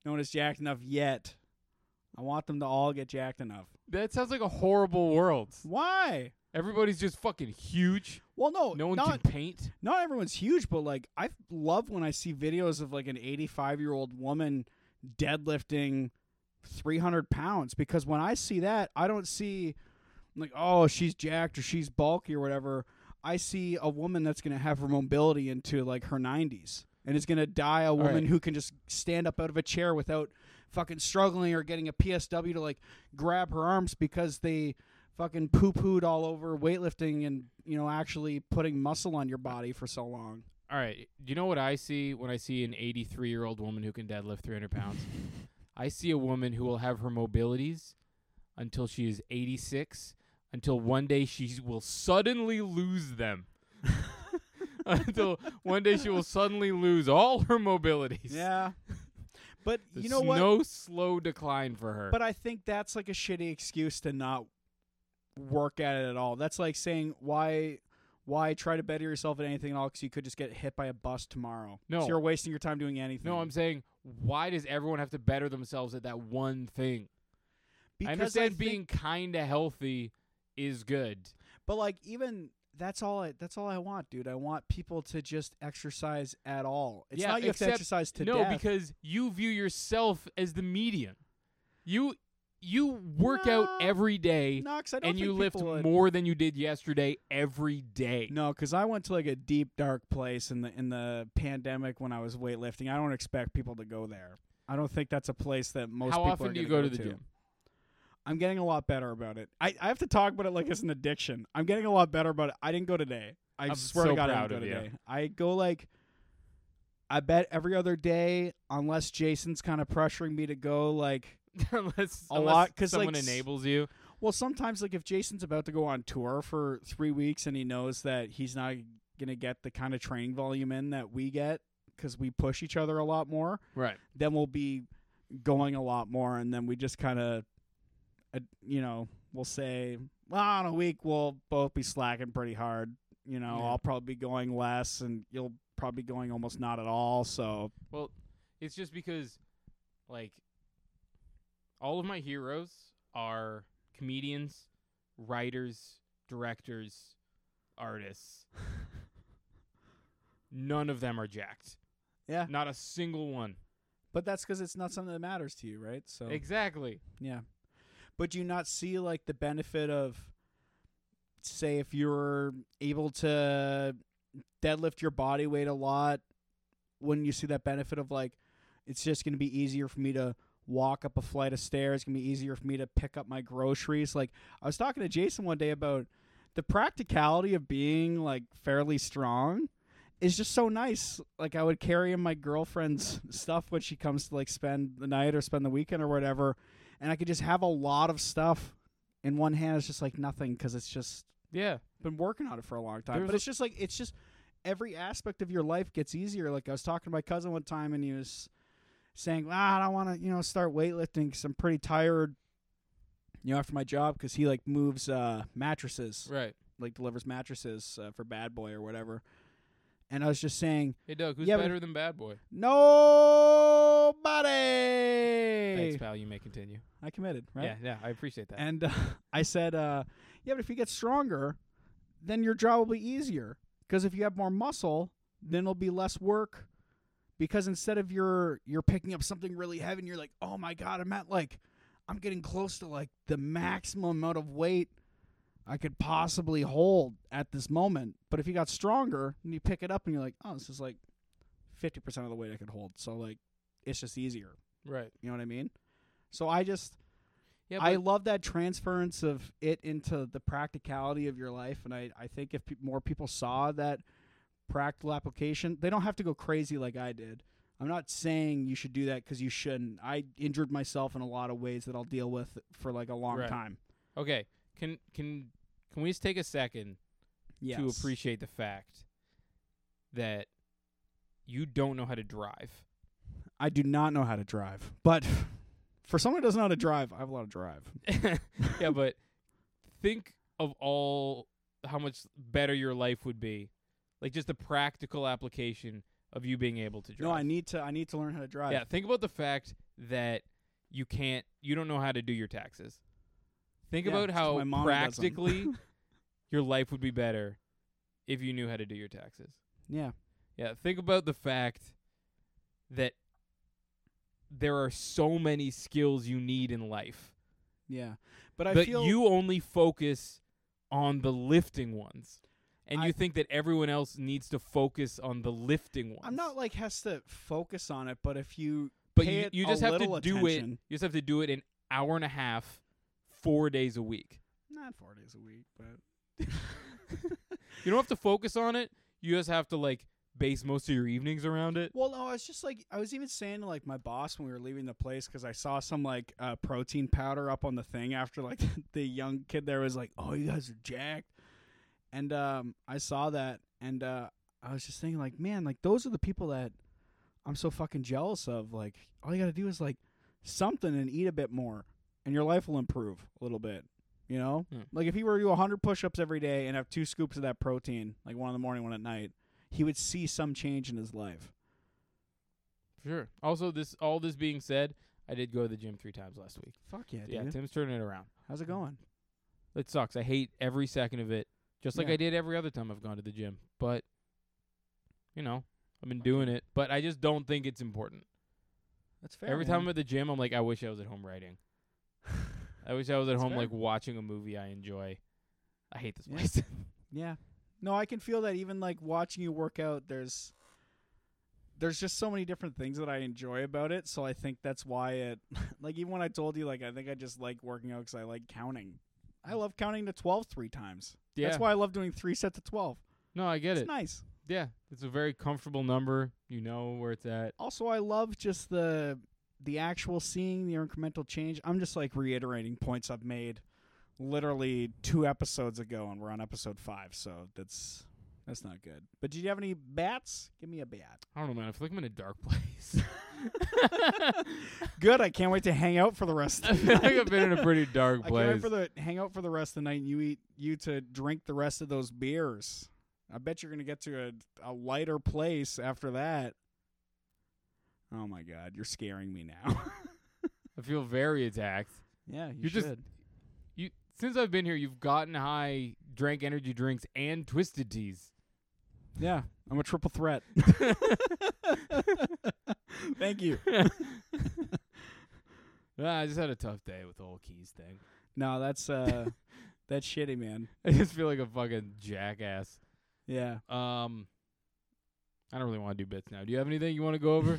Speaker 2: no one is jacked enough yet. I want them to all get jacked enough.
Speaker 3: That sounds like a horrible world.
Speaker 2: Why?
Speaker 3: Everybody's just fucking huge.
Speaker 2: Well, no,
Speaker 3: No one
Speaker 2: Oh, not
Speaker 3: can paint.
Speaker 2: not everyone's huge, but like I love when I see videos of like an 85 year old woman deadlifting 300 pounds because when I see that, I don't see like oh she's jacked or she's bulky or whatever. I see a woman that's going to have her mobility into like her 90s and is going to die a woman
Speaker 3: right.
Speaker 2: who can just stand up out of a chair without fucking struggling or getting a PSW to like grab her arms because they fucking poo pooed all over weightlifting and you know actually putting muscle on your body for so long.
Speaker 3: All right. Do you know what I see when I see an 83 year old woman who can deadlift
Speaker 2: [laughs]
Speaker 3: 300 pounds? I see a woman who will have her mobilities until she is 86, until one day she will suddenly lose
Speaker 2: [laughs]
Speaker 3: them. until one day she will suddenly lose all her mobilities.
Speaker 2: Yeah. [laughs] But
Speaker 3: There's
Speaker 2: you know what?
Speaker 3: No slow decline for her.
Speaker 2: but I think that's like a shitty excuse to not work at it at all. That's like saying why why try to better yourself at anything at all cuz you could just get hit by a bus tomorrow.
Speaker 3: No.
Speaker 2: So you're wasting your time doing anything.
Speaker 3: no, I'm saying, why does everyone have to better themselves at that one thing?
Speaker 2: because
Speaker 3: I understand
Speaker 2: think-
Speaker 3: being kind of healthy is good.
Speaker 2: But like even that's all I that's all I want, dude. I want people to just exercise at all. It's
Speaker 3: Yeah,
Speaker 2: not you have to
Speaker 3: except-
Speaker 2: exercise to
Speaker 3: no,
Speaker 2: death.
Speaker 3: because you view yourself as the median. You you work out
Speaker 2: No.
Speaker 3: every day
Speaker 2: no, 'cause I don't
Speaker 3: and you
Speaker 2: think
Speaker 3: lift
Speaker 2: people would-
Speaker 3: more than you did yesterday every day.
Speaker 2: No, because I went to like a deep dark place in the in the pandemic when I was weightlifting. I don't expect people to go there. I don't think that's a place that most.
Speaker 3: How
Speaker 2: people
Speaker 3: often
Speaker 2: are
Speaker 3: do you
Speaker 2: gonna
Speaker 3: go to the gym? [laughs]
Speaker 2: I'm getting a lot better about it. I, I have to talk about it like it's an addiction. I'm getting a lot better about it. I didn't go today. I
Speaker 3: I'm
Speaker 2: swear
Speaker 3: so
Speaker 2: to God,
Speaker 3: proud
Speaker 2: I didn't
Speaker 3: of
Speaker 2: go
Speaker 3: you.
Speaker 2: today. I go like, I bet every other day, unless Jason's kind of pressuring me to go. Like,
Speaker 3: unless
Speaker 2: A
Speaker 3: unless
Speaker 2: lot, 'cause, like,
Speaker 3: someone
Speaker 2: s-
Speaker 3: enables you.
Speaker 2: well, sometimes like if Jason's about to go on tour for three weeks and he knows that he's not gonna get the kind of training volume in that we get because we push each other a lot more.
Speaker 3: Right.
Speaker 2: then we'll be going a lot more and then we just kind of uh, you know we'll say well on a week we'll both be slacking pretty hard you know
Speaker 3: Yeah.
Speaker 2: i'll probably be going less and you'll probably be going almost not at all so
Speaker 3: Well, it's just because like all of my heroes are comedians, writers, directors,
Speaker 2: [laughs]
Speaker 3: artists. None of them are jacked.
Speaker 2: Yeah.
Speaker 3: Not a single one.
Speaker 2: but that's because it's not something that matters to you right so
Speaker 3: Exactly.
Speaker 2: yeah but do you not see like the benefit of say if you're able to deadlift your body weight a lot wouldn't you see that benefit of like it's just going to be easier for me to walk up a flight of stairs it's going to be easier for me to pick up my groceries like i was talking to jason one day about the practicality of being like fairly strong is just so nice like i would carry in my girlfriend's stuff when she comes to like spend the night or spend the weekend or whatever and i could just have a lot of stuff in one hand it's just like nothing because it's just
Speaker 3: Yeah.
Speaker 2: been working on it for a long time.
Speaker 3: There's
Speaker 2: but
Speaker 3: a-
Speaker 2: it's just like it's just every aspect of your life gets easier. Like I was talking to my cousin one time, and he was saying, "Ah, I don't want to, you know, start weightlifting because I'm pretty tired." You know, after my job, because he like moves uh, mattresses,
Speaker 3: Right.
Speaker 2: like delivers mattresses uh, for Bad Boy or whatever. And I was just saying,
Speaker 3: Hey Doug, who's
Speaker 2: Yeah, but-
Speaker 3: better than Bad Boy?
Speaker 2: nobody.
Speaker 3: Thanks, pal. You may continue.
Speaker 2: I committed, right?
Speaker 3: Yeah, yeah. I appreciate that.
Speaker 2: And uh, [laughs] I said, uh, yeah, but if you get stronger, then your job will be easier. Because if you have more muscle, then it'll be less work. Because instead of your you're picking up something really heavy, and you're like, oh my god, I'm at like, I'm getting close to like the maximum amount of weight I could possibly hold at this moment. But if you got stronger, and you pick it up, and you're like, oh, this is like fifty percent of the weight I could hold. So like, it's just easier.
Speaker 3: right.
Speaker 2: You know what I mean? So I just
Speaker 3: Yeah,
Speaker 2: I
Speaker 3: but
Speaker 2: love that transference of it into the practicality of your life, and I, I think if pe- more people saw that practical application, they don't have to go crazy like I did. I'm not saying you should do that because you shouldn't. I injured myself in a lot of ways that I'll deal with for like a long
Speaker 3: Right.
Speaker 2: time.
Speaker 3: okay. Can can can we just take a second
Speaker 2: Yes.
Speaker 3: to appreciate the fact that you don't know how to drive? [laughs]
Speaker 2: I do not know how to drive, but for someone who doesn't know how to drive, I have a lot of drive.
Speaker 3: yeah, but think of all how much better your life would be, like just the practical application of you being able to drive.
Speaker 2: No, I need to. I need to learn how to drive.
Speaker 3: Yeah, think about the fact that you can't, you don't know how to do your taxes. Think
Speaker 2: Yeah,
Speaker 3: about
Speaker 2: 'cause
Speaker 3: how
Speaker 2: my mom doesn't. [laughs]
Speaker 3: practically your life would be better if you knew how to do your taxes.
Speaker 2: yeah.
Speaker 3: Yeah, think about the fact that there are so many skills you need in life,
Speaker 2: Yeah. But I
Speaker 3: but
Speaker 2: feel
Speaker 3: you only focus on the lifting ones. And
Speaker 2: I-
Speaker 3: you think that everyone else needs to focus on the lifting ones.
Speaker 2: I'm not like has to focus on it, but if you
Speaker 3: But
Speaker 2: pay
Speaker 3: you,
Speaker 2: it
Speaker 3: you
Speaker 2: a
Speaker 3: just have
Speaker 2: little
Speaker 3: to do it.
Speaker 2: attention,
Speaker 3: You just have to do it an hour and a half, four days a week.
Speaker 2: Not four days a week, but
Speaker 3: You don't have to focus on it. You just have to like base most of your evenings around it.
Speaker 2: well, no, I was just like I was even saying to like my boss when we were leaving the place because I saw some like uh, protein powder up on the thing after like [laughs] the young kid there was like, "Oh, you guys are jacked," and um, I saw that and uh, I was just thinking like, man, like those are the people that I'm so fucking jealous of. Like, all you gotta do is like something and eat a bit more, and your life will improve a little bit. You know,
Speaker 3: Hmm.
Speaker 2: like if he were to do 100 push-ups every day and have two scoops of that protein, like one in the morning, one at night, he would see some change in his life.
Speaker 3: Sure. Also, this all this being said, I did go to the gym three times last week.
Speaker 2: Fuck yeah, dude.
Speaker 3: Yeah, Tim's turning it around.
Speaker 2: How's it going?
Speaker 3: It sucks. I hate every second of it, just like
Speaker 2: Yeah.
Speaker 3: I did every other time I've gone to the gym. But you know, I've been doing it. But I just don't think it's important.
Speaker 2: That's fair.
Speaker 3: Every time I'm at the gym, I'm like, I wish I was at home writing. I wish I was
Speaker 2: [laughs]
Speaker 3: at
Speaker 2: That's
Speaker 3: home
Speaker 2: fair.
Speaker 3: like watching a movie I enjoy. I hate this
Speaker 2: Yeah.
Speaker 3: place. [laughs]
Speaker 2: yeah. No, I can feel that even like watching you work out, there's there's just so many different things that I enjoy about it. So I think that's why it [laughs] like even when I told you like I think I just like working out cuz I like counting. I love counting to 12 three times.
Speaker 3: yeah.
Speaker 2: That's why I love doing 3 sets of 12.
Speaker 3: No, I get
Speaker 2: It's
Speaker 3: it.
Speaker 2: nice.
Speaker 3: yeah, it's a very comfortable number. You know where it's at.
Speaker 2: Also I love just the the actual seeing the incremental change. I'm just like reiterating points I've made literally two episodes ago and we're on episode 5, so that's that's not good. But did you have any bats? Give me a bat.
Speaker 3: I don't know, man. I feel like I'm in a dark [laughs] place.
Speaker 2: Good. I can't wait to hang out for the rest
Speaker 3: I [laughs]
Speaker 2: of the
Speaker 3: feel
Speaker 2: night.
Speaker 3: like I've been in a pretty
Speaker 2: [laughs]
Speaker 3: dark
Speaker 2: I can't wait
Speaker 3: place.
Speaker 2: for the hang out for the rest of the night and you eat you to drink the rest of those beers. I bet you're gonna get to a, a lighter place after that. Oh my god, you're scaring me now. [laughs]
Speaker 3: I feel very attacked.
Speaker 2: yeah, you
Speaker 3: You're
Speaker 2: should.
Speaker 3: just- You since I've been here, you've gotten high, drank energy drinks, and twisted teas.
Speaker 2: yeah, I'm a triple
Speaker 3: [laughs]
Speaker 2: threat. [laughs] Thank you.
Speaker 3: Nah, Ah, I just had a tough day with the whole keys thing. [laughs]
Speaker 2: No, that's uh that's shitty, man.
Speaker 3: I just feel like a fucking jackass.
Speaker 2: Yeah.
Speaker 3: Um, I don't really want to do bits now. Do you have anything you want to go
Speaker 2: [laughs]
Speaker 3: over?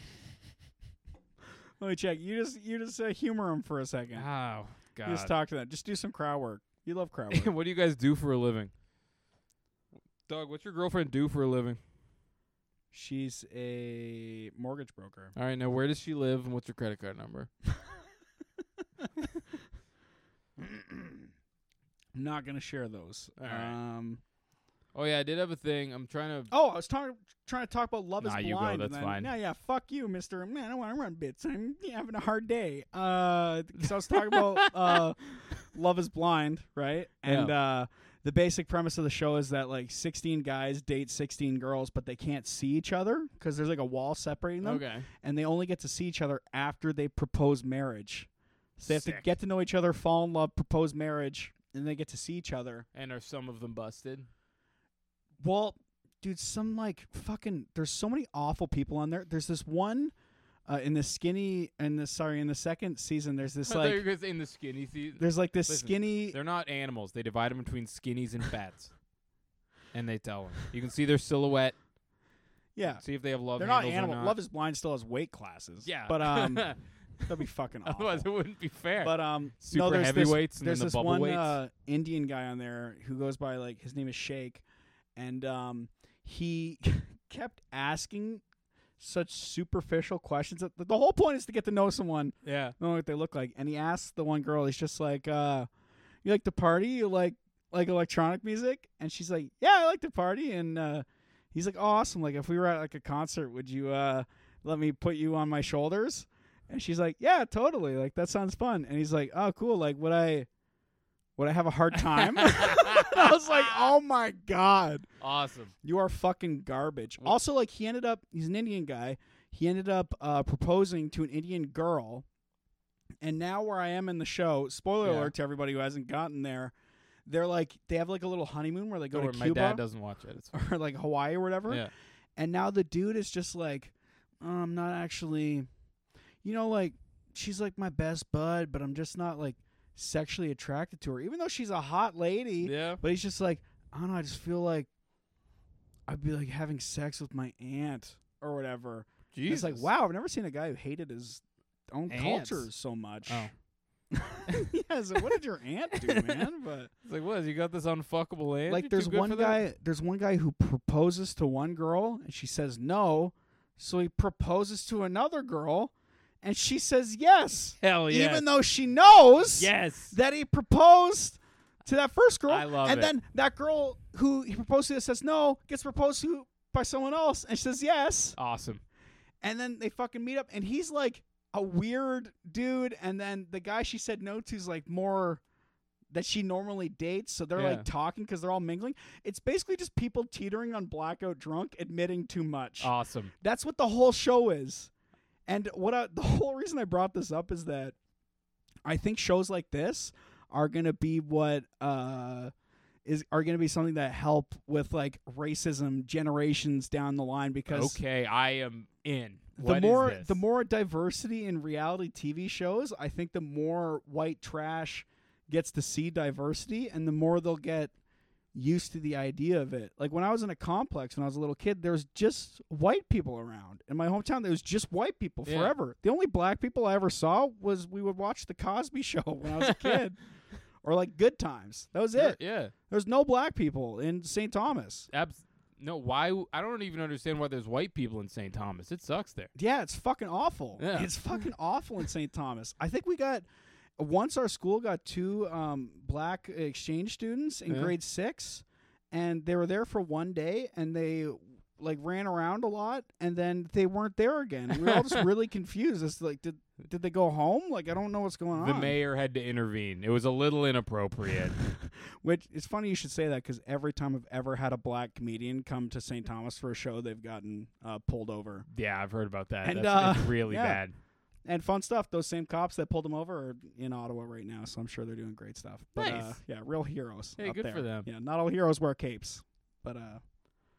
Speaker 2: Let me check. You just you just uh, humor him for a second.
Speaker 3: oh God.
Speaker 2: You just talk to them. Just do some crowd work. You love crowd work.
Speaker 3: [laughs] what do you guys do for a living? Doug, what's your girlfriend do for a living?
Speaker 2: She's a mortgage broker.
Speaker 3: All right, now where does she live and what's her credit card number?
Speaker 2: I'm not gonna share those.
Speaker 3: All right.
Speaker 2: um,
Speaker 3: Oh yeah, I did have a thing. I'm trying to.
Speaker 2: oh, I was talking trying to talk about love
Speaker 3: Nah,
Speaker 2: is
Speaker 3: you go,
Speaker 2: blind. and
Speaker 3: that's
Speaker 2: then-
Speaker 3: fine.
Speaker 2: Yeah, yeah. Fuck you, Mister. Man, I want to run bits. I'm having a hard day. Uh, so I was talking
Speaker 3: [laughs]
Speaker 2: about uh, love is blind, right? And uh, the basic premise of the show is that like 16 guys date 16 girls, but they can't see each other because there's like a wall separating them.
Speaker 3: Okay.
Speaker 2: and they only get to see each other after they propose marriage. So they have to
Speaker 3: Sick.
Speaker 2: get to know each other, fall in
Speaker 3: [laughs]
Speaker 2: love, propose marriage, and they get to see each other.
Speaker 3: And are some of them busted?
Speaker 2: Well, dude, some like fucking. There's so many awful people on there. There's this one uh, in the skinny, in the sorry, in the second season. There's
Speaker 3: [laughs]
Speaker 2: this
Speaker 3: I thought you were
Speaker 2: like,
Speaker 3: gonna say in the skinny season.
Speaker 2: there's like this
Speaker 3: Listen,
Speaker 2: skinny.
Speaker 3: They're not animals. They divide them between skinnies and fats. and they tell them. You can see their silhouette.
Speaker 2: Yeah,
Speaker 3: See if they have love
Speaker 2: they're not
Speaker 3: handles or
Speaker 2: animal.
Speaker 3: not.
Speaker 2: Love is blind still has weight classes.
Speaker 3: [laughs] yeah.
Speaker 2: but um,
Speaker 1: That'd be fucking awful.
Speaker 3: Otherwise, it wouldn't be fair.
Speaker 1: But um,
Speaker 3: Super
Speaker 1: no, there's this,
Speaker 3: heavyweights and
Speaker 1: there's
Speaker 3: then the
Speaker 1: this
Speaker 3: bubble
Speaker 1: one
Speaker 3: weights.
Speaker 1: uh, Indian guy on there who goes by like his name is Shake, and um, he [laughs] kept asking such superficial questions. The the whole point is to get to know someone,
Speaker 3: yeah.
Speaker 1: know what they look like. And he asked the one girl, he's just like, uh, "You like to party? You like like electronic music?" And she's like, "Yeah, I like to party." And uh, he's like, "Oh, "Awesome! Like if we were at like a concert, would you uh, let me put you on my shoulders?" And she's like, "Yeah, totally. Like that sounds fun." And he's like, "Oh, cool. Like would I would I have a hard time?" [laughs] I was like, "Oh my god."
Speaker 3: Awesome.
Speaker 1: You are fucking garbage. Also, like he ended up, he's an Indian guy. He ended up uh, proposing to an Indian girl, and now where I am in the show, spoiler
Speaker 3: Yeah.
Speaker 1: alert to everybody who hasn't gotten there, they're like they have like a little honeymoon where they go
Speaker 3: Don't worry,
Speaker 1: to
Speaker 3: Oh, my dad
Speaker 1: Cuba
Speaker 3: doesn't watch it. It's fine.
Speaker 1: [laughs] or like Hawaii or whatever,
Speaker 3: Yeah.
Speaker 1: and now the dude is just like, "Oh, I'm not actually, you know, like she's like my best bud, but I'm just not like sexually attracted to her, even though she's a hot lady.
Speaker 3: Yeah.
Speaker 1: But he's just like, I don't know, I just feel like I'd be like having sex with my aunt or whatever. And It's like,
Speaker 3: Jesus.
Speaker 1: wow, I've never seen a guy who hated his own
Speaker 3: Ants.
Speaker 1: culture so much.
Speaker 3: Oh.
Speaker 1: [laughs] yeah, so what did your aunt do, man? But
Speaker 3: It's like, what? You got this unfuckable ant?
Speaker 1: like
Speaker 3: You're
Speaker 1: there's
Speaker 3: too good
Speaker 1: one
Speaker 3: for that?
Speaker 1: guy there's one guy who proposes to one girl and she says no. So he proposes to another girl and she says yes.
Speaker 3: Hell Oh, yeah.
Speaker 1: Even though she knows
Speaker 3: yes.
Speaker 1: that he proposed to that first girl.
Speaker 3: I love
Speaker 1: and
Speaker 3: it.
Speaker 1: then that girl who he proposed to says no, gets proposed to by someone else, and she says yes.
Speaker 3: awesome.
Speaker 1: And then they fucking meet up, and he's like a weird dude. And then the guy she said no to is like more that she normally dates. So they're
Speaker 3: Yeah.
Speaker 1: like talking because they're all mingling. It's basically just people teetering on blackout drunk, admitting too much.
Speaker 3: Awesome.
Speaker 1: That's what the whole show is. And what I, [laughs] the whole reason I brought this up is that I think shows like this are going to be what uh is are going to be something that help with like racism generations down the line because
Speaker 3: Okay, I am in.
Speaker 1: the
Speaker 3: What is
Speaker 1: more
Speaker 3: this?
Speaker 1: the more diversity in reality TV shows, I think the more white trash gets to see diversity and the more they'll get used to the idea of it. Like when I was in a complex when I was a little kid, there was just white people around. In my hometown there was just white people
Speaker 3: Yeah.
Speaker 1: forever. The only black people I ever saw was we would watch the Cosby [laughs] show when I was a
Speaker 3: [laughs]
Speaker 1: kid. Or like good times. That was
Speaker 3: Sure,
Speaker 1: it.
Speaker 3: Yeah.
Speaker 1: There was no black people in St. Thomas.
Speaker 3: Abs- no, why? w- I don't even understand why there's white people in St. Thomas. It sucks there.
Speaker 1: Yeah, it's fucking awful.
Speaker 3: Yeah.
Speaker 1: It's fucking awful in St. Thomas. I think we got once our school got two um, black exchange students in
Speaker 3: Yeah.
Speaker 1: grade six, and they were there for one day, and they like ran around a lot, and then they weren't there again. And we were all just
Speaker 3: [laughs]
Speaker 1: really confused. It's like, did did they go home? Like, I don't know what's going
Speaker 3: The
Speaker 1: on.
Speaker 3: mayor had to intervene. It was a little
Speaker 1: [laughs]
Speaker 3: inappropriate.
Speaker 1: Which it's funny you should say that because every time I've ever had a black comedian come to St. Thomas for a show, they've gotten uh, pulled over.
Speaker 3: yeah, I've heard about that.
Speaker 1: And,
Speaker 3: That's,
Speaker 1: uh,
Speaker 3: it's really
Speaker 1: yeah.
Speaker 3: bad.
Speaker 1: and fun stuff. Those same cops that pulled them over are in Ottawa right now, so I'm sure they're doing great stuff. But uh,
Speaker 3: Nice.
Speaker 1: yeah, real heroes.
Speaker 3: Hey,
Speaker 1: up
Speaker 3: good
Speaker 1: there.
Speaker 3: for them.
Speaker 1: Yeah, not all heroes wear capes, but uh,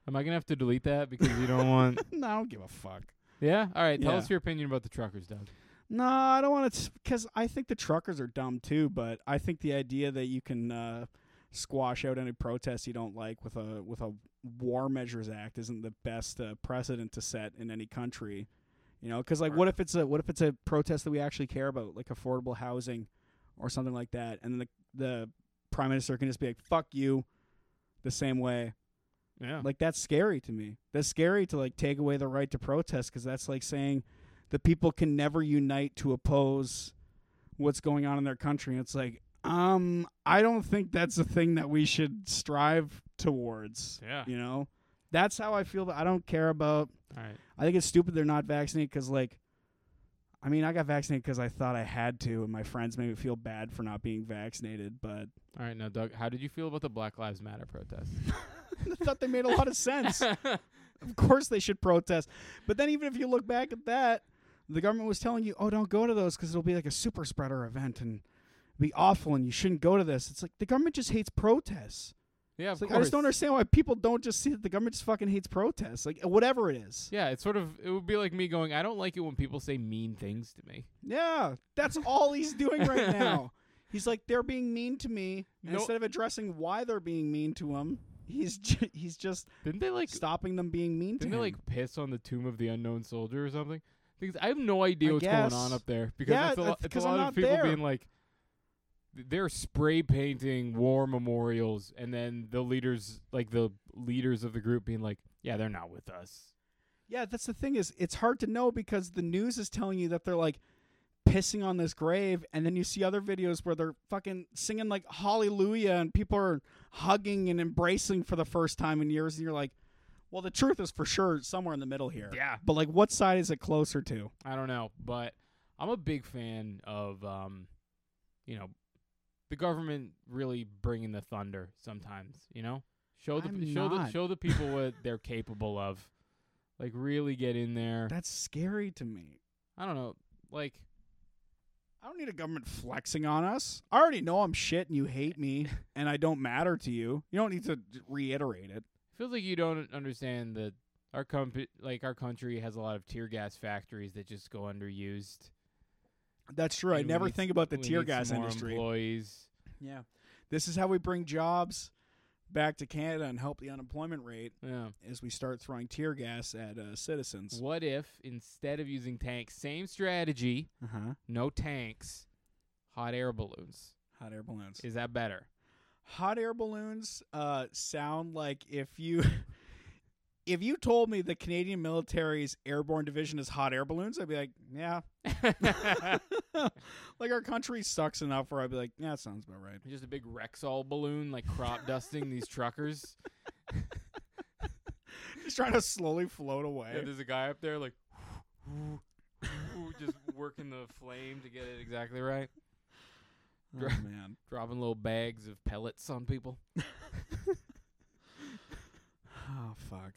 Speaker 3: Am I gonna have to delete that because you
Speaker 1: [laughs]
Speaker 3: don't want?
Speaker 1: no, I don't give a fuck.
Speaker 3: Yeah. All right. Tell
Speaker 1: Yeah.
Speaker 3: us your opinion about the truckers, Doug.
Speaker 1: No, I don't want to, because I think the truckers are dumb too. But I think the idea that you can uh, squash out any protests you don't like with a with a War Measures Act isn't the best uh, precedent to set in any country. You know, because like, what if it's a what if it's a protest that we actually care about, like affordable housing or something like that, and then the the prime minister can just be like, "Fuck you," the same way.
Speaker 3: Yeah.
Speaker 1: Like that's scary to me. That's scary to like take away the right to protest because that's like saying the people can never unite to oppose what's going on in their country. And it's like, um, I don't think that's a thing that we should strive towards.
Speaker 3: yeah.
Speaker 1: You know, that's how I feel. But I don't care about.
Speaker 3: All right.
Speaker 1: I think it's stupid they're not vaccinated because like. I mean, I got vaccinated because I thought I had to, and my friends made me feel bad for not being vaccinated. But
Speaker 3: All right. Now, Doug, how did you feel about the Black Lives Matter protest?
Speaker 1: I thought they made a lot of
Speaker 3: [laughs]
Speaker 1: sense. of course they should protest. But then even if you look back at that, the government was telling you, "Oh, don't go to those because it'll be like a super spreader event and be awful, and you shouldn't go to this." It's like the government just hates protests.
Speaker 3: yeah. Of
Speaker 1: It's like I
Speaker 3: course.
Speaker 1: just don't understand why people don't just see that the government just fucking hates protests, like whatever it is.
Speaker 3: Yeah. It's sort of. It would be like me going. I don't like it when people say mean things to me.
Speaker 1: Yeah, that's all he's doing right now. He's like they're being mean to me, and
Speaker 3: No-
Speaker 1: instead of addressing why they're being mean to him, he's ju- he's just
Speaker 3: Didn't they like?
Speaker 1: stopping them being mean to
Speaker 3: Didn't
Speaker 1: him.
Speaker 3: they like piss on the tomb of the unknown soldier or something? Things I have no idea
Speaker 2: I
Speaker 3: what's
Speaker 2: guess.
Speaker 3: going on up there because
Speaker 2: Yeah,
Speaker 3: it's a,
Speaker 2: I-
Speaker 3: lo- it's a
Speaker 2: 'cause I'm
Speaker 3: lot
Speaker 2: not
Speaker 3: of people
Speaker 2: there.
Speaker 3: being like they're spray painting war memorials and then the leaders like the leaders of the group being like, "Yeah, they're not with us."
Speaker 2: Yeah, that's the thing is it's hard to know because the news is telling you that they're like pissing on this grave and then you see other videos where they're fucking singing like hallelujah and people are hugging and embracing for the first time in years and you're like, well the truth is for sure somewhere in the middle here.
Speaker 3: Yeah.
Speaker 2: But like what side is it closer to?
Speaker 3: I don't know, but I'm a big fan of um, you know, the government really bringing the thunder sometimes. You know, show the
Speaker 2: I'm
Speaker 3: show the
Speaker 2: not. [laughs]
Speaker 3: show the people what they're capable of. Like really get in there.
Speaker 2: That's scary to me.
Speaker 3: I don't know, like
Speaker 2: I don't need a government flexing on us. I already know I'm shit and you hate me and I don't matter to you. You don't need to reiterate it.
Speaker 3: feels like you don't understand that our comp- like our country has a lot of tear gas factories that just go underused.
Speaker 2: That's true. I
Speaker 3: And we
Speaker 2: never
Speaker 3: need
Speaker 2: think
Speaker 3: s-
Speaker 2: about the
Speaker 3: we
Speaker 2: tear
Speaker 3: need some
Speaker 2: gas
Speaker 3: more
Speaker 2: industry.
Speaker 3: Employees.
Speaker 2: Yeah. This is how we bring jobs back to Canada and help the unemployment rate
Speaker 3: Yeah.
Speaker 2: as we start throwing tear gas at uh, citizens.
Speaker 3: What if instead of using tanks, same strategy,
Speaker 2: Uh-huh.
Speaker 3: no tanks, hot air balloons.
Speaker 2: Hot air balloons.
Speaker 3: Is that better? [laughs]
Speaker 2: Hot air balloons uh, sound like if you [laughs] if you told me the Canadian military's airborne division is hot air balloons, I'd be like, yeah. like our country sucks enough where I'd be like, yeah, that sounds about right. [laughs]
Speaker 3: Just a big Rexall balloon, like crop dusting these [laughs] truckers.
Speaker 2: Just trying to slowly float away.
Speaker 3: Yeah, there's a guy up there, like, [laughs] just working the flame to get it exactly right.
Speaker 2: [laughs] oh man.
Speaker 3: Dropping little bags of pellets on people.
Speaker 2: [sighs] Oh fuck.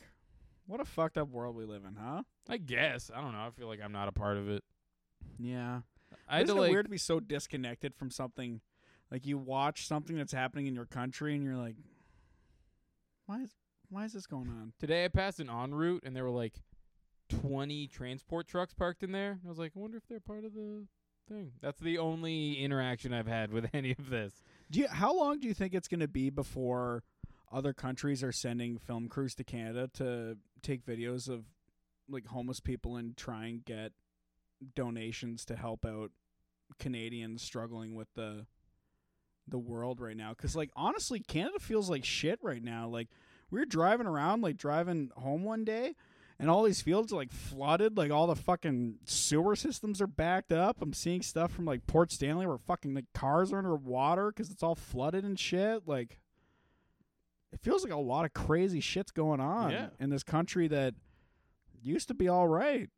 Speaker 2: What a fucked up world we live in, huh?
Speaker 3: I guess. I don't know. I feel like I'm not a part of it.
Speaker 2: Yeah.
Speaker 3: I had to,
Speaker 2: Isn't it
Speaker 3: like,
Speaker 2: weird to be so disconnected from something? Like you watch something that's happening in your country, and you're like, "Why is why is this going on?"
Speaker 3: Today I passed an en route and there were like 20 transport trucks parked in there. I was like, I wonder if they're part of the thing. That's the only interaction I've had with [laughs] any of this.
Speaker 2: Do you, how long do you think it's going to be before other countries are sending film crews to Canada to take videos of like homeless people and try and get donations to help out Canadians struggling with the the world right now cuz like honestly Canada feels like shit right now like we were driving around like driving home one day and all these fields are like flooded like all the fucking sewer systems are backed up i'm seeing stuff from like port stanley where fucking like cars are underwater because it's all flooded and shit like it feels like a lot of crazy shit's going on
Speaker 3: Yeah.
Speaker 2: in this country that used to be all right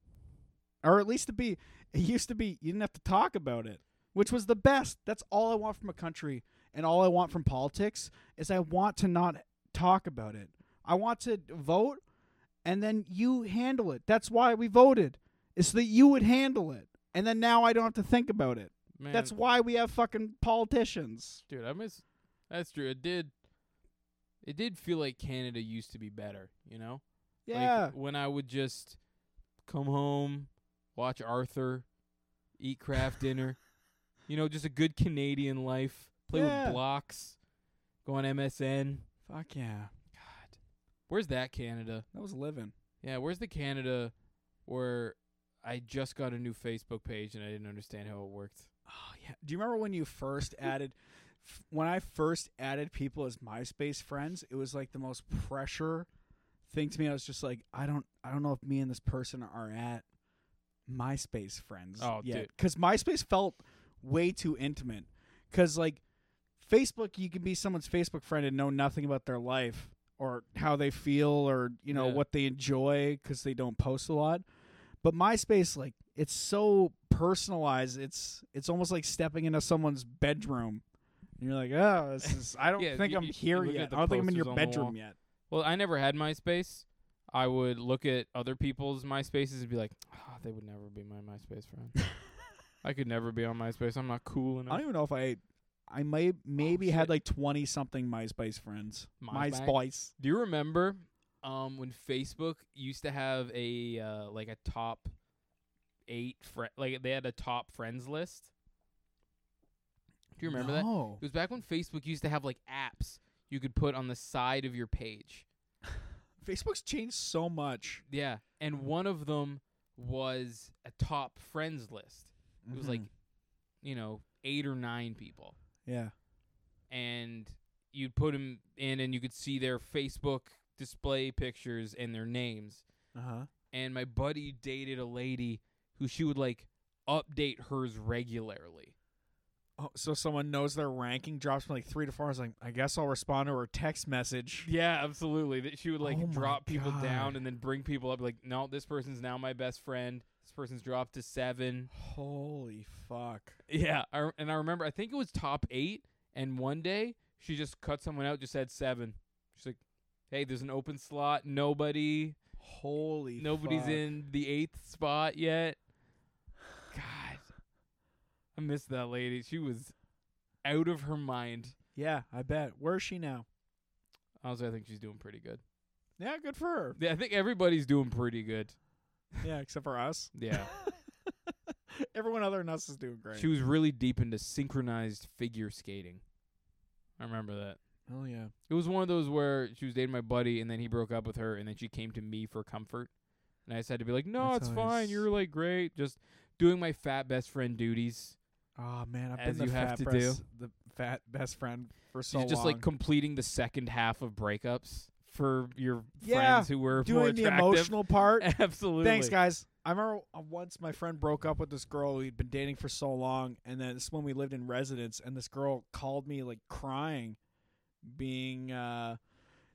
Speaker 2: or at least to be it used to be you didn't have to talk about it which was the best that's all i want from a country and all i want from politics is i want to not talk about it i want to vote and then you handle it. That's why we voted, is so that you would handle it. And then now I don't have to think about it.
Speaker 3: Man,
Speaker 2: That's why we have fucking politicians.
Speaker 3: dude, I miss That's true. It did it did feel like Canada used to be better, you know? Like,
Speaker 2: Yeah.
Speaker 3: when I would just come home, watch Arthur, eat
Speaker 2: [laughs]
Speaker 3: craft dinner, you know, just a good Canadian life, play
Speaker 2: Yeah.
Speaker 3: with blocks, go on MSN.
Speaker 2: Fuck yeah.
Speaker 3: God. Where's that Canada?
Speaker 2: That was living.
Speaker 3: Yeah, where's the Canada where I just got a new Facebook page and I didn't understand how it worked?
Speaker 2: Oh yeah. Do you remember when you
Speaker 3: [laughs]
Speaker 2: first added f- when I first added people as MySpace friends, it was like the most pressure thing to me. I was just like, I don't I don't know if me and this person are at MySpace friends
Speaker 3: Oh,
Speaker 2: yet.
Speaker 3: dude.
Speaker 2: Cuz MySpace felt way too intimate cuz like Facebook you can be someone's Facebook friend and know nothing about their life or how they feel or you know
Speaker 3: Yeah.
Speaker 2: what they enjoy cuz they don't post a lot. But MySpace like it's so personalized. It's it's almost like stepping into someone's bedroom. And you're like, "Oh, this
Speaker 3: [laughs]
Speaker 2: is I don't
Speaker 3: Yeah,
Speaker 2: think
Speaker 3: you-
Speaker 2: I'm
Speaker 3: you- you
Speaker 2: here
Speaker 3: look at
Speaker 2: yet.
Speaker 3: the
Speaker 2: I don't think I'm in
Speaker 3: posters
Speaker 2: your
Speaker 3: on the
Speaker 2: bedroom
Speaker 3: wall."
Speaker 2: yet."
Speaker 3: Well, I never had MySpace. I would look at other people's MySpaces and be like, oh, they would never be my
Speaker 2: [laughs]
Speaker 3: MySpace friend. I could never be on MySpace. I'm not cool
Speaker 2: I don't
Speaker 3: enough.
Speaker 2: even know if I I may maybe had
Speaker 3: Oh, shit.
Speaker 2: like 20 something MySpace friends.
Speaker 3: MySpace?
Speaker 2: MySpace.
Speaker 3: Do you remember um, when Facebook used to have a uh, like a top eight friend like they had a top friends list? Do you remember that?
Speaker 2: no.
Speaker 3: It was back when Facebook used to have like apps you could put on the side of your page.
Speaker 2: Facebook's changed so much.
Speaker 3: Yeah, and one of them was a top friends list. It
Speaker 2: Mm-hmm.
Speaker 3: was like, you know, eight or nine people.
Speaker 2: yeah.
Speaker 3: And you'd put them in and you could see their Facebook display pictures and their names.
Speaker 2: Uh huh.
Speaker 3: And my buddy dated a lady who she would like update hers regularly.
Speaker 2: Oh, so someone knows their ranking drops from like three to four. I was like, I guess I'll respond to her text message.
Speaker 3: Yeah, absolutely. That she would like
Speaker 2: Oh my
Speaker 3: drop people down
Speaker 2: God.
Speaker 3: and then bring people up like, "No, this person's now my best friend. This person's dropped to 7."
Speaker 2: Holy fuck!
Speaker 3: Yeah, I, re- and I remember I think it was top eight, and one day she just cut someone out, just had seven. She's like, "Hey, there's an open slot. Nobody,
Speaker 2: Holy.
Speaker 3: nobody's
Speaker 2: fuck.
Speaker 3: in the eighth spot yet." God, I miss that lady. She was out of her mind.
Speaker 2: Yeah, I bet. Where is she now?
Speaker 3: Honestly, I think she's doing pretty good.
Speaker 2: Yeah, good for her.
Speaker 3: Yeah, I think everybody's doing pretty good.
Speaker 2: Yeah, except for us. [laughs]
Speaker 3: Yeah,
Speaker 2: Everyone other than us is doing great.
Speaker 3: she was really deep into synchronized figure skating. I remember that.
Speaker 2: oh yeah.
Speaker 3: It was one of those where she was dating my buddy, and then he broke up with her, and then she came to me for comfort. And I just had to be like, "No,
Speaker 2: That's
Speaker 3: it's
Speaker 2: always-
Speaker 3: fine. You're like great. Just doing my fat best friend duties.
Speaker 2: Oh man, I've been
Speaker 3: As
Speaker 2: the
Speaker 3: you
Speaker 2: fat
Speaker 3: have to
Speaker 2: best, the fat best friend for so
Speaker 3: She's just
Speaker 2: long.
Speaker 3: like [laughs] completing the second half of breakups for your
Speaker 2: Yeah,
Speaker 3: friends who were more
Speaker 2: doing the
Speaker 3: attractive. [laughs]
Speaker 2: emotional part.
Speaker 3: Absolutely.
Speaker 2: Thanks, guys. I remember uh, once my friend broke up with this girl we'd been dating for so long, and then this is when we lived in residence, and this girl called me like crying, being uh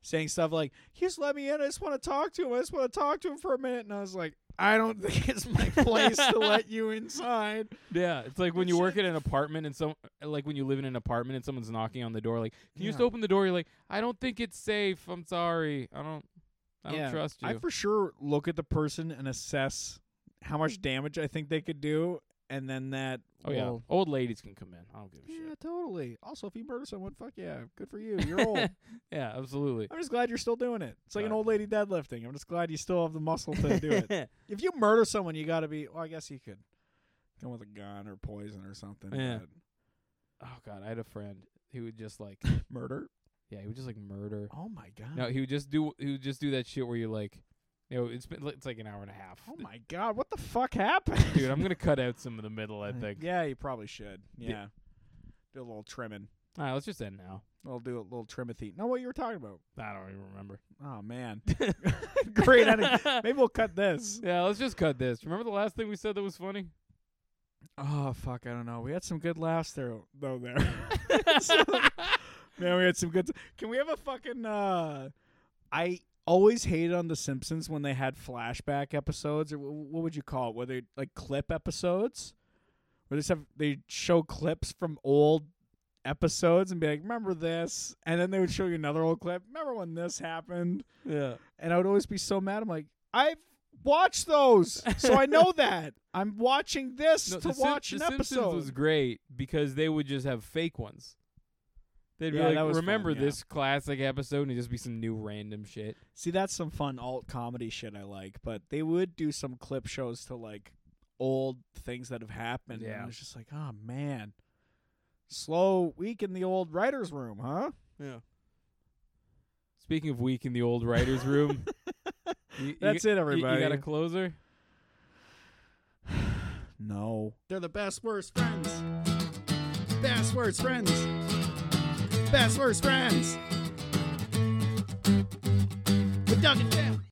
Speaker 2: saying stuff like, He just let me in, I just want to talk to him, I just want to talk to him for a minute and I was like, I don't [laughs] think it's my place to let you
Speaker 3: [laughs]
Speaker 2: inside.
Speaker 3: Yeah, it's like when you
Speaker 2: She-
Speaker 3: work at an apartment and some, like when you live in an apartment and someone's knocking on the door, like, "Can you just
Speaker 2: Yeah.
Speaker 3: open the door?" You're like, "I don't think it's safe. I'm sorry. I don't. I don't
Speaker 2: Yeah,
Speaker 3: trust you."
Speaker 2: I for sure look at the person and assess how much damage I think they could do, and then that
Speaker 3: oh yeah,
Speaker 2: will-
Speaker 3: old ladies can come in. I don't give a shit.
Speaker 2: Yeah, totally. Also, if you murder someone, fuck yeah, good for you. You're old.
Speaker 3: yeah, absolutely.
Speaker 2: I'm just glad you're still doing it. It's like an
Speaker 3: Right.
Speaker 2: old lady deadlifting. I'm just glad you still have the muscle to do [laughs] it. If you murder someone, you got to be. Well, I guess you could come with a gun or poison or something.
Speaker 3: Yeah.
Speaker 2: but
Speaker 3: oh god, I had a friend who would
Speaker 2: [laughs]
Speaker 3: just like,
Speaker 2: Murder.
Speaker 3: yeah, he would just like murder.
Speaker 2: Oh my god.
Speaker 3: No, he would just do, he would just do that shit where you like, you know, it's been it's like an hour and a half.
Speaker 2: Oh my god. What the fuck happened, [laughs]
Speaker 3: Dude, I'm gonna cut out some of the middle. I think.
Speaker 2: Yeah, you probably should. Yeah. Do a little trimming.
Speaker 3: All right, let's just end now.
Speaker 2: I'll do a little trimothy. Know what you were talking about?
Speaker 3: I don't even remember.
Speaker 2: Oh man. [laughs] Great ending. Maybe we'll cut this.
Speaker 3: [laughs] Yeah, let's just cut this. Remember the last thing we said that was funny?
Speaker 2: [laughs] Oh fuck, I don't know. We had some good laughs there though there. So- [laughs] man, we had some good Can we have a fucking uh I always hated on the Simpsons when they had flashback episodes or wh- what would you call it? Were they like clip episodes? Where they just have they show clips from old episodes and be like, "Remember this?" And then they would show you another old clip. "Remember when this happened?"
Speaker 3: yeah.
Speaker 2: and I would always be so mad. I'm like, I've watched those, so I
Speaker 3: [laughs]
Speaker 2: know that I'm watching this
Speaker 3: No,
Speaker 2: to
Speaker 3: the Sim-
Speaker 2: watch
Speaker 3: the
Speaker 2: an episode.
Speaker 3: Simpsons was great because they would just have fake ones. They'd
Speaker 2: Yeah,
Speaker 3: be
Speaker 2: that
Speaker 3: like,
Speaker 2: was fun,
Speaker 3: "Remember
Speaker 2: yeah.
Speaker 3: this classic episode?" and it'd just be some new random shit.
Speaker 2: See, that's some fun alt comedy shit I like, but they would do some clip shows to like old things that have happened. and
Speaker 3: Yeah.
Speaker 2: I was just like, oh man, slow week in the old writers' room, huh?
Speaker 3: Speaking of week in the old
Speaker 2: [laughs]
Speaker 3: writers' room, you- you,
Speaker 2: That's it,
Speaker 3: you-
Speaker 2: everybody.
Speaker 3: You got a closer?
Speaker 2: no.
Speaker 1: They're the best worst friends. Best worst friends. Best worst friends. With Doug and Tim.